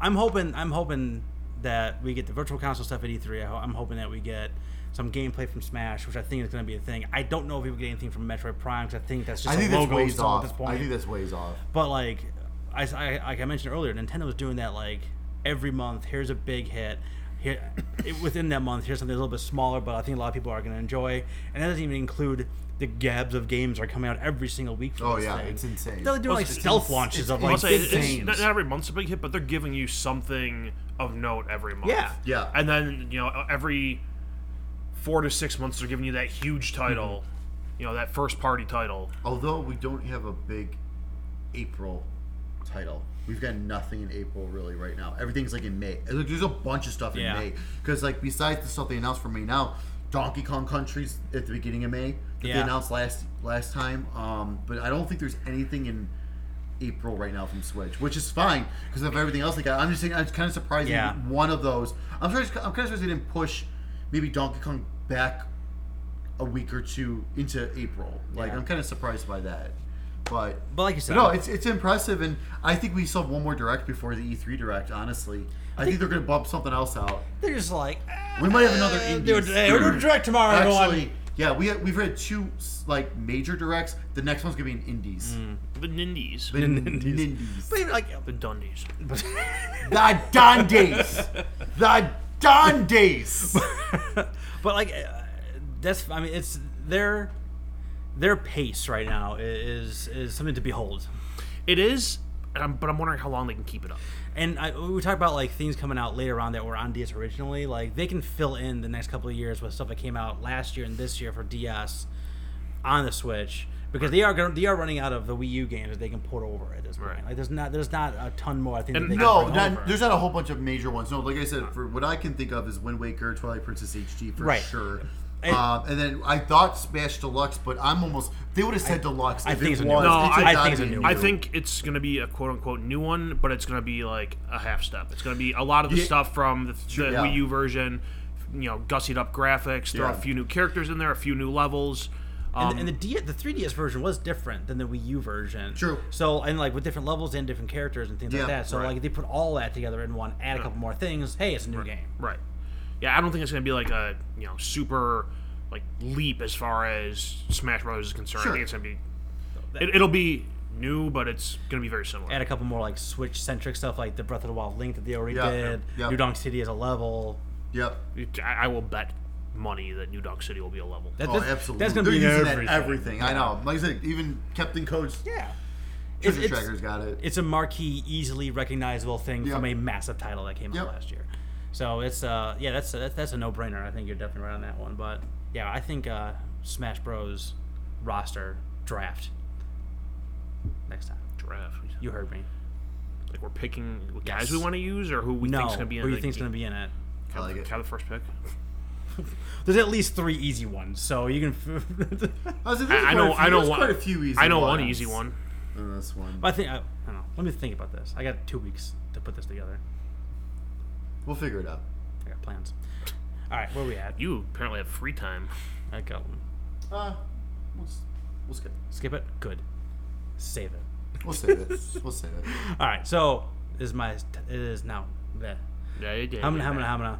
I'm hoping. I'm hoping that we get the virtual console stuff at E3. I ho- I'm hoping that we get some gameplay from Smash, which I think is going to be a thing. I don't know if we will get anything from Metroid Prime because I think that's just I a think that's logo ways still off. at this point. I think that's ways off. But like, I, s- I- like I mentioned earlier, Nintendo was doing that like every month. Here's a big hit. Here, it- within that month, here's something a little bit smaller, but I think a lot of people are going to enjoy. And that doesn't even include the gabs of games that are coming out every single week. For Oh this yeah, thing. it's insane. They're doing like It's- stealth it's- launches of it's- like I'll say big it's, things. it's not every month's a big hit, but they're giving you something of note every month. Yeah. Yeah. And then you know every four to six months they're giving you that huge title, Mm-hmm. you know that first party title. Although we don't have a big April title, we've got nothing in April really right now. Everything's like in May. Like, There's a bunch of stuff in Yeah. May because like besides the stuff they announced for me now, Donkey Kong Country's at the beginning of May that they Yeah. announced last last time. Um, but I don't think there's anything in April right now from Switch, which is fine because of everything else they got. I'm just saying, I'm kind of surprised they Yeah. didn't- one of those. I'm surprised. I'm kind of surprised they didn't push maybe Donkey Kong back a week or two into April. Like Yeah. I'm kind of surprised by that, but But like you said, no, it's it's impressive, and I think we still have one more direct before the E3 direct. Honestly, I think they're gonna bump something else out. they're just like We might have another "Ah, indie. Dude, hey, we're doing direct tomorrow. Actually, going, yeah, we have, we've had two like major directs. The next one's gonna be an indies. Mm. The [laughs] Nindies. The Nindies. Nindies. but even, like [laughs] the Dundies. The Dondays. the [laughs] Dondays. but like uh, that's I mean it's their their pace right now i- is is something to behold. It is, and I'm, but I'm wondering how long they can keep it up. And I, we talk about like things coming out later on that were on DS originally. Like they can fill in the next couple of years with stuff that came out last year and this year for DS on the Switch because they are gonna, they are running out of the Wii U games that they can port over at this point. Right. Like there's not there's not a ton more. I think And that they can No, bring not, over. there's not a whole bunch of major ones. No, like I said, for what I can think of is Wind Waker, Twilight Princess HD for Right. sure. And- um, and then I thought Smash Deluxe, but I'm almost they would have said Deluxe. I if think it it's a new was. one. No, I- I think it's a new gotta one. be I think it's going to be a quote unquote new one, but it's going to be like a half step. It's going to be a lot of the Yeah. stuff from the, the yeah. Wii U version, you know, gussied up graphics. There are Yeah. a few new characters in there, a few new levels. Um, and, and the D, the 3DS version was different than the Wii U version. True. So and like with different levels and different characters and things Yeah, like that. So right. like if they put all that together in one, add a couple more things. Hey, it's a new game. right. Yeah, I don't think it's going to be like a you know super like leap as far as Smash Brothers is concerned. Sure. I think it's going to be it, it'll be new, but it's going to be very similar. Add a couple more like Switch centric stuff like the Breath of the Wild link that they already Yeah, did. yeah, yeah. New Donk City as a level. Yep. Oh, I, I will bet money that New Dog City will be a level. That- Oh, that's, absolutely. That's gonna They're be using everything. that everything. I know. Like I said, even Captain Code's Yeah. It's, Treasure it's- Tracker's got it. it's a marquee, easily recognizable thing Yep. from a massive title that came Yep. out last year. So it's uh yeah that's that's, that's a no brainer. I think you're definitely right on that one. But yeah, I think uh, Smash Bros. roster draft next time. Draft. You heard me. Like we're picking what Yes. guys we want to use or who we no, think's gonna be in who the you think's gonna be in it? I like it. Can I have the first pick? There's at least three easy ones, so you can. [laughs] I, was like, there's I, quite a I know. few- I know there's one. Quite a few easy. I know one ones. easy one. And this one. I think I, I don't know. Let me think about this. I got two weeks to put this together. We'll figure it out. I got plans. All right, where we at? You apparently have free time. I got one. Uh, we'll, s- we'll skip. Skip it. Good. Save it. We'll save [laughs] it. we'll save it. All right, so this is my it is now. bleh. Yeah, yeah, yeah, How many? yeah. How many? How many?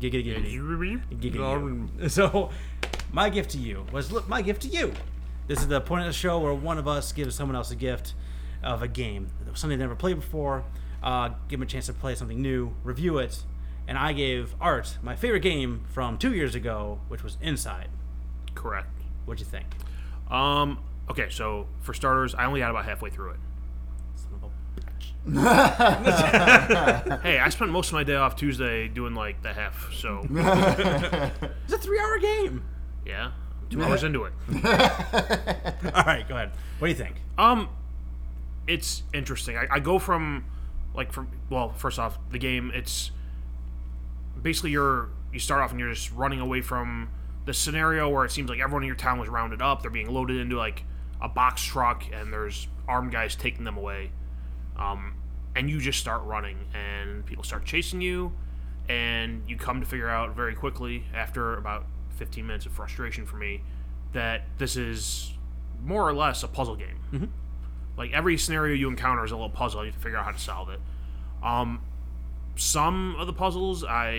Giggity giggity. giggity, Um, giggity. [laughs] So, my gift to you was look. My gift to you. This is the point of the show where one of us gives someone else a gift of a game, something they never played before. Uh, give them a chance to play something new, review it, and I gave Art my favorite game from two years ago, which was Inside. Correct. What'd you think? Um. Okay. So for starters, I only got about halfway through [laughs] it. Son of a- Hey, I spent most of my day off Tuesday doing like the half. [laughs] So It's a three-hour game. [laughs] yeah, two hours into it. All right, go ahead. What do you think? Um, it's interesting. I, I go from like from well, first off, the game. It's basically you're you start off and you're just running away from the scenario where it seems like everyone in your town was rounded up. They're being loaded into like a box truck, and there's armed guys taking them away. Um, and you just start running, and people start chasing you, and you come to figure out very quickly after about 15 minutes of frustration for me that this is more or less a puzzle game. Like every scenario you encounter is a little puzzle. and You have to figure out how to solve it. Um, some of the puzzles I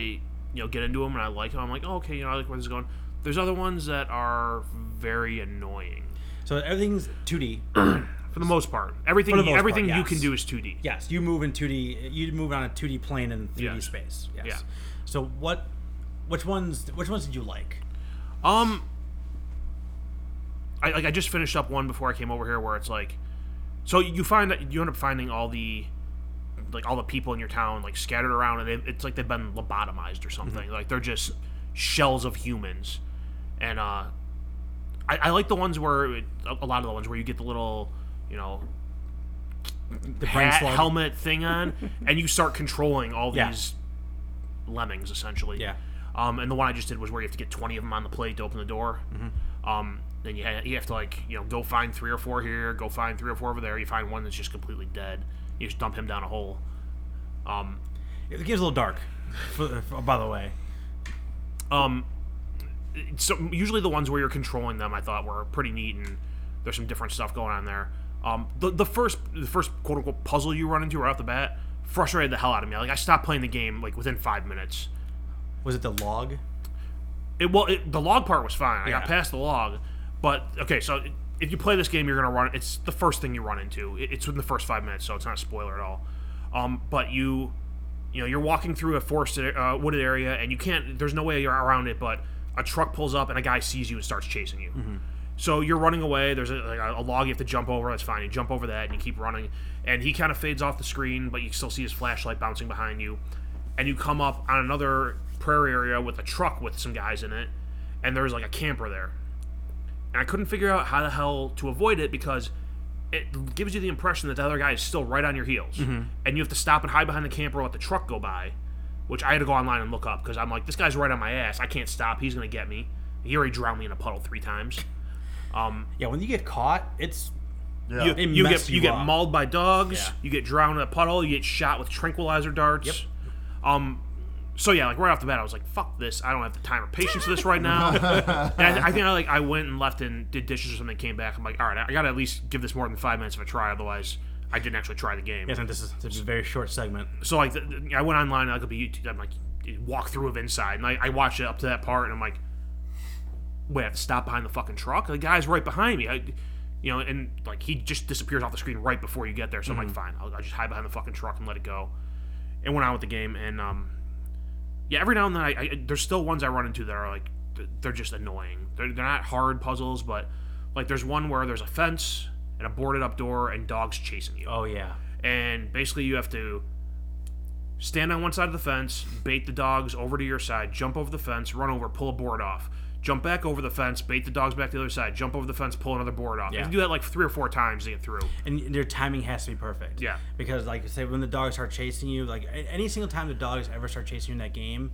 you know get into them and I like them. I'm like, oh, okay, you know, I like where this is going. There's other ones that are very annoying So everything's 2D. for the most part. Everything the most part, everything you yes. can do is 2D. Yes, you move in 2D. You move on a 2D plane in 3D Yes. space. Yes. Yeah. So what? Which ones? Which ones did you like? Um, I like I just finished up one before I came over here where it's like, so you find that you end up finding all the, like all the people in your town like scattered around and they, it's like they've been lobotomized or something. Mm-hmm. Like they're just shells of humans, and uh, I, I like the ones where it, a a lot of the ones where you get the little, you know. The brain hat, slug. helmet [laughs] thing on, and you start controlling all Yeah. these lemmings essentially. Yeah. Um, and the one I just did was where you have to get 20 of them on the plate to open the door. Um, then you, ha- you have to like you know go find three or four here, go find three or four over there. You find one that's just completely dead. You just dump him down a hole. Um, The game's a little dark. For, for- by the way, um, so usually the ones where you're controlling them, I thought were pretty neat, and there's some different stuff going on there. Um, the, the first the first quote unquote puzzle you run into right off the bat frustrated the hell out of me. Like I stopped playing the game like within five minutes. was it the log? It well, it, the log part was fine. I Yeah. got past the log, but okay. So if you play this game, you're gonna run. It's the first thing you run into. It, it's within the first five minutes, so it's not a spoiler at all. Um, but you, you know, you're walking through a forested, uh, wooded area, and you can't. There's no way you're around it. But a truck pulls up, and a guy sees you and starts chasing you. So you're running away. There's a, like a, a log you have to jump over. That's fine. You jump over that, and you keep running. And he kind of fades off the screen, but you still see his flashlight bouncing behind you and you come up on another prairie area with a truck with some guys in it, and there's like a camper there. And I couldn't figure out how the hell to avoid it because it gives you the impression that the other guy is still right on your heels, Mm-hmm. and you have to stop and hide behind the camper or let the truck go by, which I had to go online and look up because I'm like, this guy's right on my ass. I can't stop. He's gonna get me. He already drowned me in a puddle three times. Um, Yeah. When you get caught, it's Yeah. you, They you mess get you, you get up. mauled by dogs. Yeah. You get drowned in a puddle. You get shot with tranquilizer darts. Yep. Um. So yeah, like right off the bat, I was like, "Fuck this! I don't have the time or patience for this [laughs] right now." and I, I think I like I went and left and did dishes or something. Came back, I'm like, "All right, I gotta at least give this more than five minutes of a try. Otherwise, I didn't actually try the game." yes. And this is, this is a very short segment. so like th th- I went online and I could be YouTube, I'm like walk through of inside and I, I watched it up to that part and I'm like wait I have to stop behind the fucking truck the guy's right behind me I, you know and like he just disappears off the screen right before you get there so I'm like fine I'll, I'll just hide behind the fucking truck and let it go and went on with the game and um yeah every now and then I, I there's still ones I run into that are like th- they're just annoying they're, they're not hard puzzles but like there's one where there's a fence and a boarded up door and dogs chasing you Oh yeah. and basically you have to stand on one side of the fence, bait the dogs over to your side, jump over the fence, run over, pull a board off, jump back over the fence, bait the dogs back to the other side, jump over the fence, pull another board off. You Yeah. have to do that like three or four times to get through. and their timing has to be perfect. Yeah. Because like I say, when the dogs start chasing you, like a- any single time the dogs ever start chasing you in that game,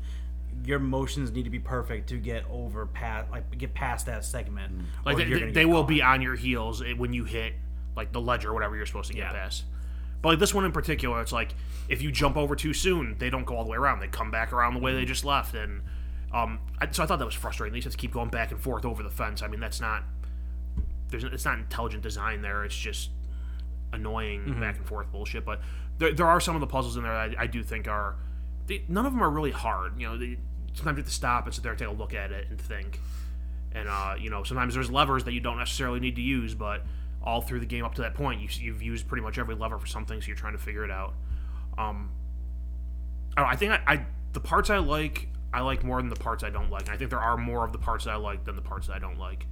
your motions need to be perfect to get over past, like get past that segment. Mm. Like or they, you're they, gonna they get will caught. be on your heels eh, when you hit like the ledge or whatever you're supposed to get past. But like this one in particular, it's like if you jump over too soon, they don't go all the way around. They come back around the way they Mm-hmm. just left, and um, I, so I thought that was frustrating. They just have to keep going back and forth over the fence. I mean, that's not there's it's not intelligent design there. It's just annoying Mm-hmm. back and forth bullshit. But there, there are some of the puzzles in there that I, I do think are they, none of them are really hard. You know, they, sometimes you have to stop and sit there and take a look at it and think. And uh, you know, sometimes there's levers that you don't necessarily need to use, but all through the game up to that point, you, you've used pretty much every lever for something, so you're trying to figure it out. Um, I, don't know, I think I, I the parts I like, I like more than the parts I don't like. And I think there are more of the parts that I like than the parts that I don't like.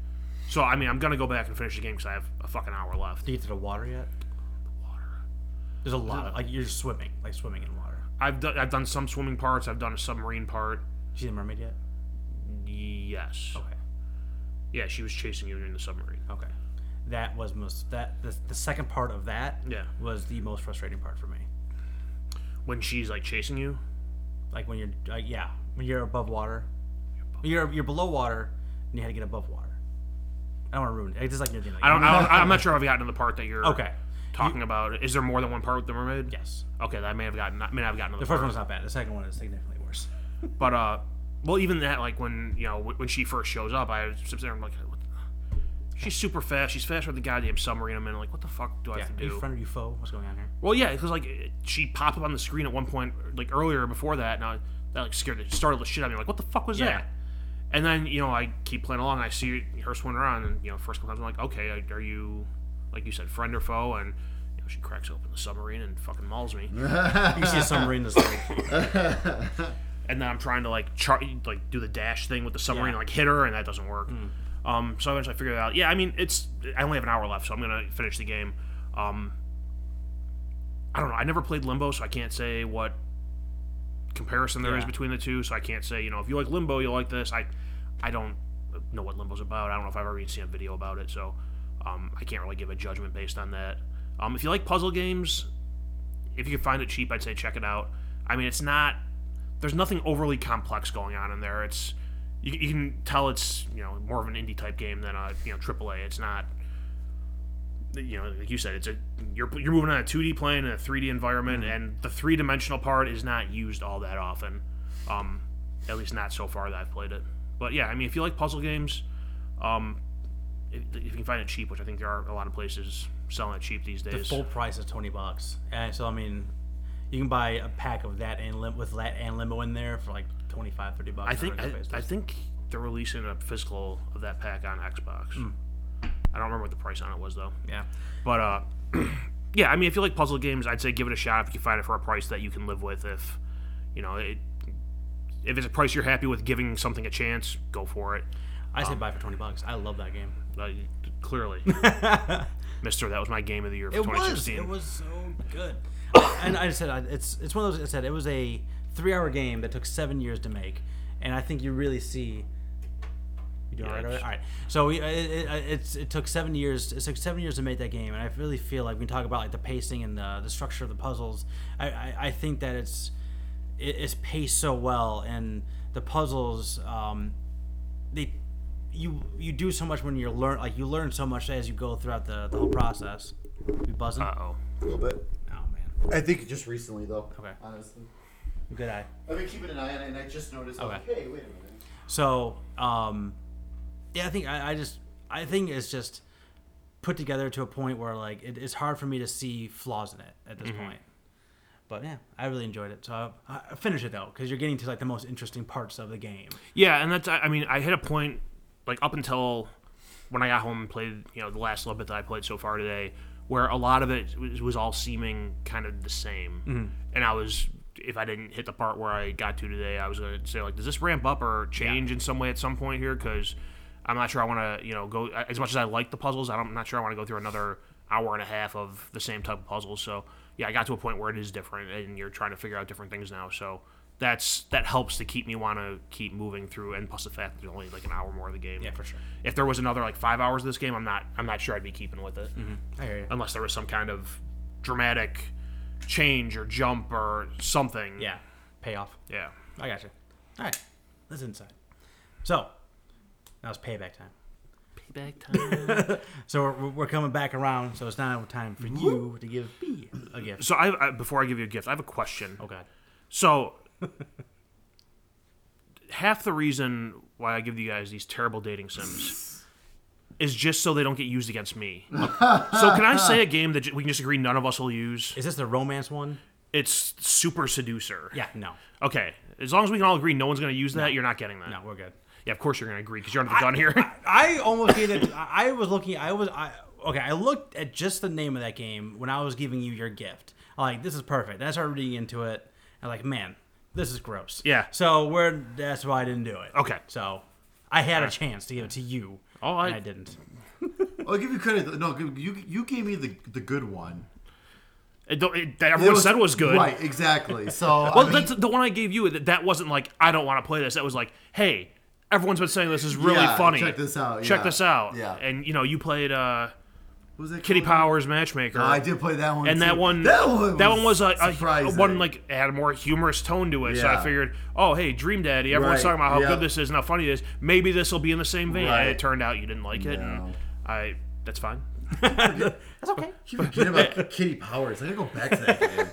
So I mean, I'm gonna go back and finish the game because I have a fucking hour left. Do you get to the water yet? There's a lot. Of, like you're swimming, like swimming in water. I've done I've done some swimming parts. I've done a submarine part. Did you see the mermaid yet? Yes. Okay. Yeah, she was chasing you in the submarine. Okay. That was most that the, the second part of that Yeah. was the most frustrating part for me. When she's like chasing you. Like when you're, like yeah, when you're above water. You're you're below water, and you had to get above water. I don't want to ruin it. It's just like anything. Like I don't, I don't. I'm not sure if I've gotten to the part that you're Okay. talking about. Is there more than one part with the mermaid? Yes. Okay, that may have gotten. I may not have gotten to The first one's not bad. The second one is significantly worse. But uh, well, even that, like when you know wh- when she first shows up, I was sitting there, I'm like, what the- she's super fast. She's faster than the goddamn submarine. I'm in. Like, what the fuck do I Yeah. have to Are do? you friend or you foe? What's going on [laughs] here? well, yeah, because like it- she popped up on the screen at one point, like earlier before that, and I, that like scared the startled the shit out of me. Like, what the fuck was Yeah. that? And then you know I keep playing along. And I see her swimming around, and you know first couple times I'm like, okay, like, are you like you said friend or foe? And you know she cracks open the submarine and fucking mauls me. You can see a submarine that's like and then I'm trying to like char- like do the dash thing with the submarine, Yeah. Hmm. and, like hit her, and that doesn't work. Um, so eventually I figured it out. Yeah, I mean it's I only have an hour left, so I'm gonna finish the game. Um, I don't know. I never played Limbo, so I can't say what comparison there is Yeah. between the two. So I can't say you know if you like Limbo, you'll like this. I I don't know what Limbo's about. I don't know if I've ever even seen a video about it, so um, I can't really give a judgment based on that. Um, if you like puzzle games, if you can find it cheap, I'd say check it out. I mean, it's not. There's nothing overly complex going on in there. It's you, you can tell it's you know more of an indie type game than a you know AAA. It's not you know like you said it's a you're you're moving on a 2D plane in a 3D environment, Mm-hmm. and the three dimensional part is not used all that often. Um, at least not so far that I've played it. But yeah, I mean, if you like puzzle games, um, if, if you can find it cheap, which I think there are a lot of places selling it cheap these days. the full price is twenty bucks. And so I mean, you can buy a pack of that and lim- with that and limo in there for like 25, 30 bucks. I on a think regular I, basis. I think they're releasing a physical of that pack on Xbox. I don't remember what the price on it was though. Hmm. yeah. But uh, [clears throat] yeah, I mean, if you like puzzle games, I'd say give it a shot if you can find it for a price that you can live with. If you know it, if it's a price you're happy with giving something a chance, go for it. I say buy for twenty bucks. I love that game. Uh, [laughs] clearly, Mister, that was my game of the year for It was. 2016. It was so good. and I said I- it's it's one of those. I said it was a three-hour game that took seven years to make, and I think you really see. You doing all right? All Yikes. right. All right. So we, it, it, it's it took seven years. It took seven years to make that game, and I really feel like we can talk about like the pacing and the the structure of the puzzles. I I, I think that it's it, it's paced so well, and the puzzles um, they you you do so much when you're learn like you learn so much as you go throughout the, the whole process. You buzzing? Uh oh. A little bit. oh man, I think just recently though. Okay. Honestly, good eye. I've been keeping an eye on it, and I just noticed. Okay. Like, hey, wait a minute. So um, yeah, I think I, I just I think it's just put together to a point where like it, it's hard for me to see flaws in it at this point. But yeah, I really enjoyed it. So I, I finish it though, because you're getting to like the most interesting parts of the game. Yeah, and that's I I mean I hit a point like up until when I got home and played you know the last little bit that I played so far today, where a lot of it was, was all seeming kind of the same, and I was if I didn't hit the part where I got to today, I was gonna say like, does this ramp up or change in some way at some point here? Because I'm not sure I want to you know go as much as I like the puzzles, I'm not sure I want to go through another hour and a half of the same type of puzzles. So yeah, I got to a point where it is different, and you're trying to figure out different things now. So that's that helps to keep me want to keep moving through and plus the fact that there's only like an hour more of the game Yeah, for sure. if there was another like five hours of this game i'm not i'm not sure i'd be keeping with it I hear you. unless there was some kind of dramatic change or jump or something Yeah, payoff. yeah I got you. All right, that's inside. So now it's payback time. payback time [laughs] So we're, we're coming back around. So it's now time for you to give me a gift. so I, I before i give you a gift i have a question Oh God. so [laughs] half the reason why i give you guys these terrible dating sims is just so they don't get used against me so can i say a game that j- we can just agree none of us will use Is this the romance one? it's super seducer Yeah. No. Okay, as long as we can all agree, no one's going to use that. You're not getting that. No, we're good. Yeah, of course you're going to agree because you're under the gun here. I almost gave it. I I was looking. I was. I okay. I looked at just the name of that game when I was giving you your gift. I'm like, this is perfect. And I started reading into it. I'm like, man, this is gross. Yeah. So we're. That's why I didn't do it. Okay. So I had a chance to give it to you. Oh, I- and I didn't. I'll give you credit. though. No, give- you you gave me the the good one. it don't, it, that everyone said was good. Right. [laughs] Exactly. So. I Well, mean, that's the one I gave you. That, that wasn't like I don't want to play this. That was like, hey, everyone's been saying this is really Yeah, funny. check this out, Check yeah, this out. yeah. And you know, you played. uh What was that Kitty called? Powers Matchmaker. Oh, I did play that one. and that too. one, That one. that one was a, a- a surprising. one like it had a more humorous tone to it. So I Yeah. figured, oh hey, Dream Daddy, Right, everyone's talking about how yeah. good this is and how funny it is. Maybe this will be in the same vein. And it Right. turned out you didn't like it, No. and I that's fine. That's okay. Keep forgetting [laughs] about Kitty Powers. I gotta go back to that game.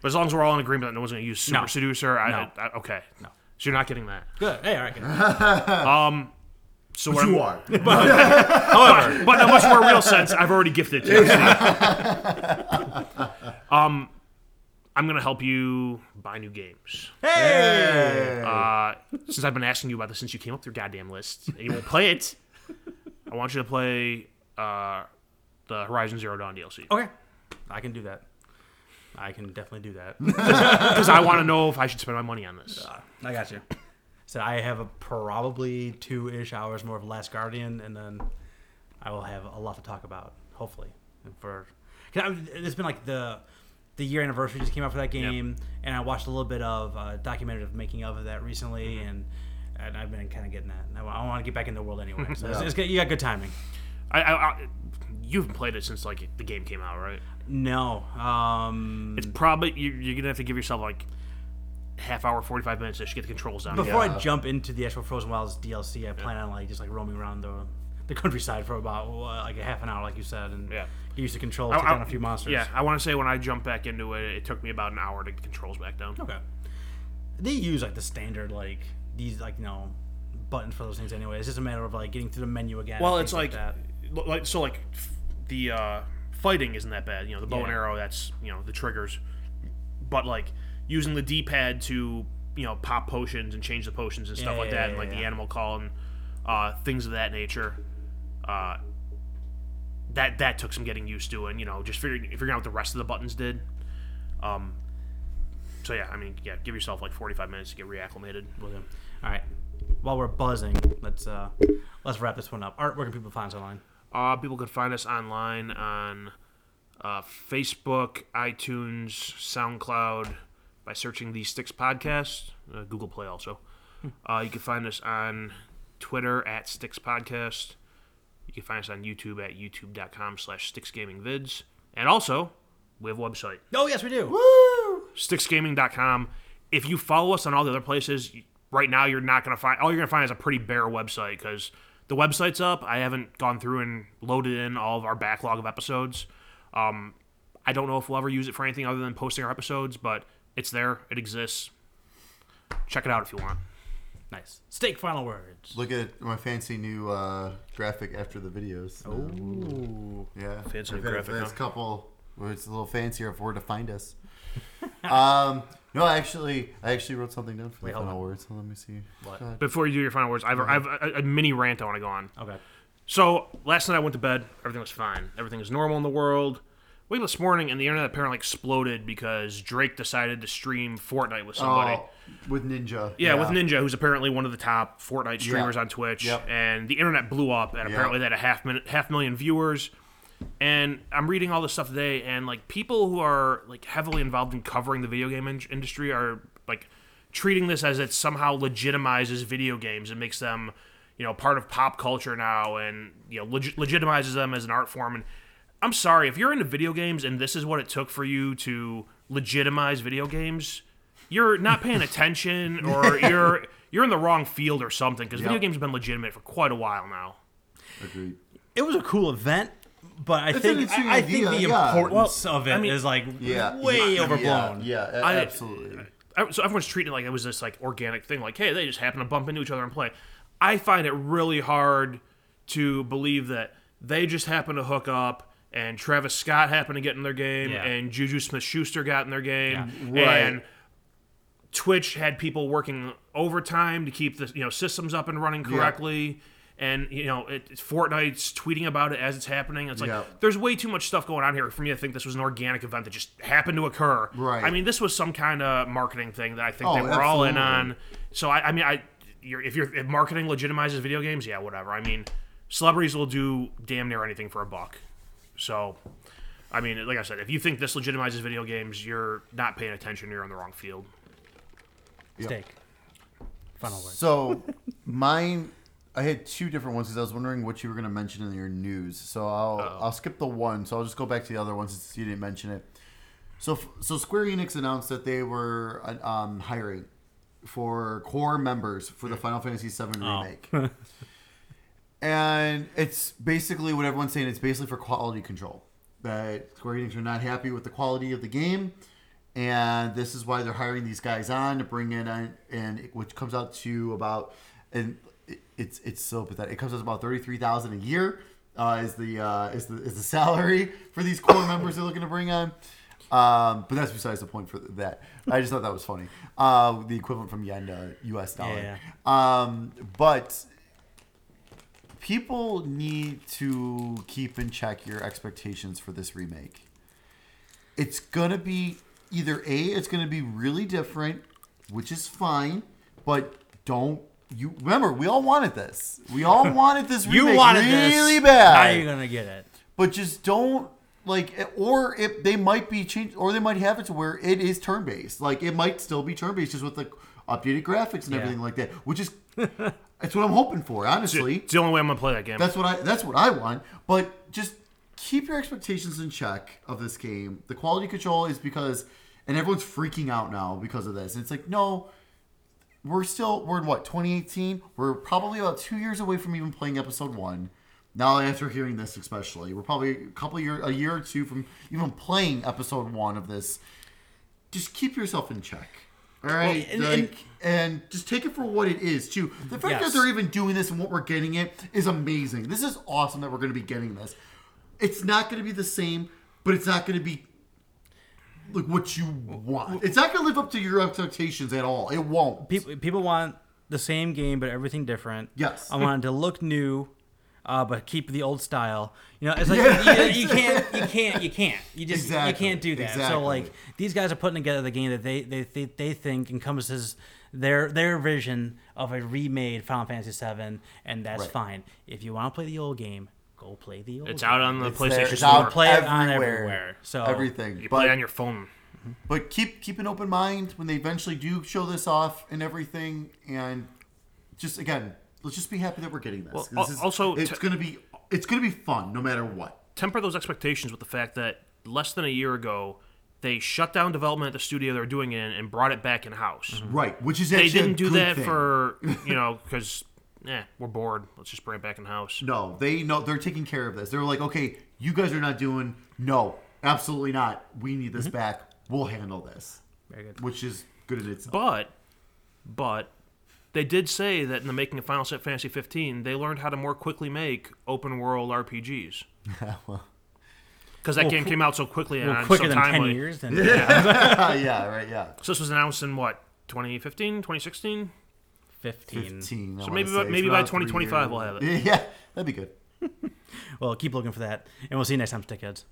But as long as we're all in agreement that no one's going to use Super No. Seducer, I, No. I- okay, no, so you're not getting that. Good. Hey, all [laughs] right. Good. So what You I'm- are. [laughs] However, but in a much more real sense, I've already gifted it to you. [laughs] um, I'm gonna help you buy new games. Hey. Uh, since I've been asking you about this since you came up with your goddamn list and you won't play it, I want you to play uh, the Horizon Zero Dawn DLC Okay. I can do that. I can definitely do that. because I want to know if I should spend my money on this. I got you. So I have a, probably two ish hours more of Last Guardian, and then I will have a lot to talk about. Hopefully, for 'cause I, it's been like the the year anniversary just came out for that game, and I watched a little bit of uh, documentary of making of that recently, and and I've been kind of getting that. And I, want to get back in the world anyway. [laughs] So it's, it's, good- you got good timing. I, I, I, you've played it since like the game came out, right? Mm. No, um, It's probably you, you're gonna have to give yourself like half hour, forty five minutes to get the controls down. before Yeah. I jump into the actual Frozen Wilds DLC, I plan on like just like roaming around the the countryside for about uh, like a half an hour, like you said, and Yeah. get used to control, I- take down I- a few monsters. Yeah, I want to say when I jumped back into it, it took me about an hour to get the controls back down. Okay. They use like the standard like these like you know buttons for those things anyway. It's just a matter of like getting through the menu again. Well, and it's things like, that. l- like so like f- the uh, fighting isn't that bad. You know, the bow and Yeah. arrow that's you know the triggers, but like using the D pad to you know pop potions and change the potions and stuff Yeah, like yeah, that, yeah, and like the yeah. animal call and uh, things of that nature. Uh, that that took some getting used to, and you know just figuring figuring out what the rest of the buttons did. Um. So yeah, I mean, yeah, give yourself like forty five minutes to get reacclimated with him. All right. While we're buzzing, let's uh let's wrap this one up. Art, where can people find us online? Uh, people can find us online on uh, Facebook, iTunes, SoundCloud by searching the Sticks Podcast, uh, Google Play also. Uh, you can find us on Twitter at Sticks Podcast. You can find us on YouTube at youtube.com slash Sticks Gaming Vids. And also, we have a website, Oh yes, we do. sticksgaming.com. If you follow us on all the other places, y- right now you're not going to find all you're going to find is a pretty bare website because the website's up. I haven't gone through and loaded in all of our backlog of episodes. Um, I don't know if we'll ever use it for anything other than posting our episodes, but it's there. It exists. Check it out if you want. Nice. Steak. Final words. Look at my fancy new uh, graphic after the videos. Ooh. Yeah. Fancy I've new had graphic, The last huh? couple where it's a little fancier of where to find [laughs] us. um, no, I actually, I actually wrote something down for the hold final on. words. Let me see. Uh, What? God. Before you do your final words, I've, I've a, a mini rant I want to go on. Okay. So last night I went to bed. Everything was fine. Everything was normal in the world. Wake up this morning and the internet apparently exploded because Drake decided to stream Fortnite with somebody. Oh, with Ninja. Yeah, with Ninja, who's apparently one of the top Fortnite streamers Yeah. on Twitch, Yep. and the internet blew up, and apparently they had a half minute, half million viewers. And I'm reading all this stuff today, and like people who are like heavily involved in covering the video game in- industry are like treating this as it somehow legitimizes video games and makes them, you know, part of pop culture now, and you know, leg- legitimizes them as an art form. And I'm sorry if you're into video games and this is what it took for you to legitimize video games you're not paying attention or you're you're in the wrong field or something because video Yep. games have been legitimate for quite a while now. Agreed. It was a cool event. But I an think interesting I, I think the idea, yeah. importance of it is mean- like Yeah. way yeah, overblown. Yeah, a- I- absolutely. I- So everyone's treating it like it was this like organic thing, like hey, they just happen to bump into each other and play. I find it really hard to believe that they just happened to hook up. And Travis Scott happened to get in their game, Yeah. and Juju Smith-Schuster got in their game, Right. and Twitch had people working overtime to keep the you know systems up and running correctly, and you know it, it's Fortnite's tweeting about it as it's happening. It's like Yeah. there's way too much stuff going on here for me to think this was an organic event that just happened to occur. Right. I mean, this was some kind of marketing thing that I think Oh, they were all in on. absolutely. So I, I mean, I you're, if you're if marketing legitimizes video games, yeah, whatever. I mean, celebrities will do damn near anything for a buck. So. I mean, like I said, if you think this legitimizes video games, you're not paying attention. You're in the wrong field. Steak. Final words. So [laughs] mine I had two different ones because I was wondering what you were going to mention in your news. So I'll I'll skip the one. So I'll just go back to the other one since you didn't mention it. So so Square Enix announced that they were uh, um, hiring for core members for the Final Fantasy VII remake, and it's basically what everyone's saying. It's basically for quality control. That Square Enix are not happy with the quality of the game, and this is why they're hiring these guys on to bring in a, and it, which comes out to about and it, it's it's so pathetic. It comes out to about thirty three thousand a year uh, is the uh, is the [laughs] is the salary for these core members they're looking to bring on. Um, but that's besides the point for that. I just thought that was funny. Uh, the equivalent from yen to U.S. dollar. Um, but people need to keep in check your expectations for this remake. It's gonna be either a, it's gonna be really different, which is fine, but don't you remember we all wanted this. [laughs] We all wanted this remake You wanted this really bad Now you're gonna get it. but just don't like or if they might be changed or they might have it to where it is turn based like it might still be turn based just with the updated graphics and Yeah. everything like that which is [laughs] that's what i'm hoping for honestly It's the only way I'm gonna play that game. that's what i that's what i want but just keep your expectations in check of this game the quality control is because and everyone's freaking out now because of this it's like no we're still we're in what 2018 we're probably about two years away from even playing episode one now after hearing this especially we're probably a couple year a year or two from even playing episode one of this just keep yourself in check all right and- like, and, just take it for what it is too the fact Yes. that they're even doing this and what we're getting it is amazing this is awesome that we're going to be getting this it's not going to be the same but it's not going to be like what you want it's not going to live up to your expectations at all it won't People people want the same game but everything different. Yes. I want it to look new, uh, but keep the old style. You know, it's like Yeah, you, you can't you can't you can't you just you Exactly, can't do that. So exactly. like these guys are putting together the game that they they they, they think encompasses their their vision of a remade Final Fantasy VII, and that's Right. fine. If you want to play the old game, go play the old. it's game. out on the It's PlayStation there. It's Store. out Play it on everywhere. everywhere. So everything. you but play it on your phone. but keep keep an open mind when they eventually do show this off and everything. And just again, let's just be happy that we're getting this. Well, 'Cause this al- also it's to- gonna be it's gonna be fun no matter what. temper those expectations with the fact that less than a year ago they shut down development at the studio they were doing it in and brought it back in house. Right, which is They actually didn't a do good that thing. for you know because eh, we're bored. Let's just bring it back in house. no. They know they're taking care of this. They're like, okay, you guys are not doing no, absolutely not. We need Mm-hmm. this back. We'll handle this, Very good. which is good in [laughs] itself. [laughs] But but they did say that in the making of Final Fantasy 15, they learned how to more quickly make open world RPGs. Because that game came out so quickly and on quicker so than ten timely. years. Then [laughs] yeah, right. Yeah, So this was announced in what 2015, 2016. fifteen. fifteen. I So wanna maybe say. by- It's maybe been by out three 2025 we'll years. [laughs] have Yeah, that'd be good. Well, keep looking for that, and we'll see you next time, stickheads.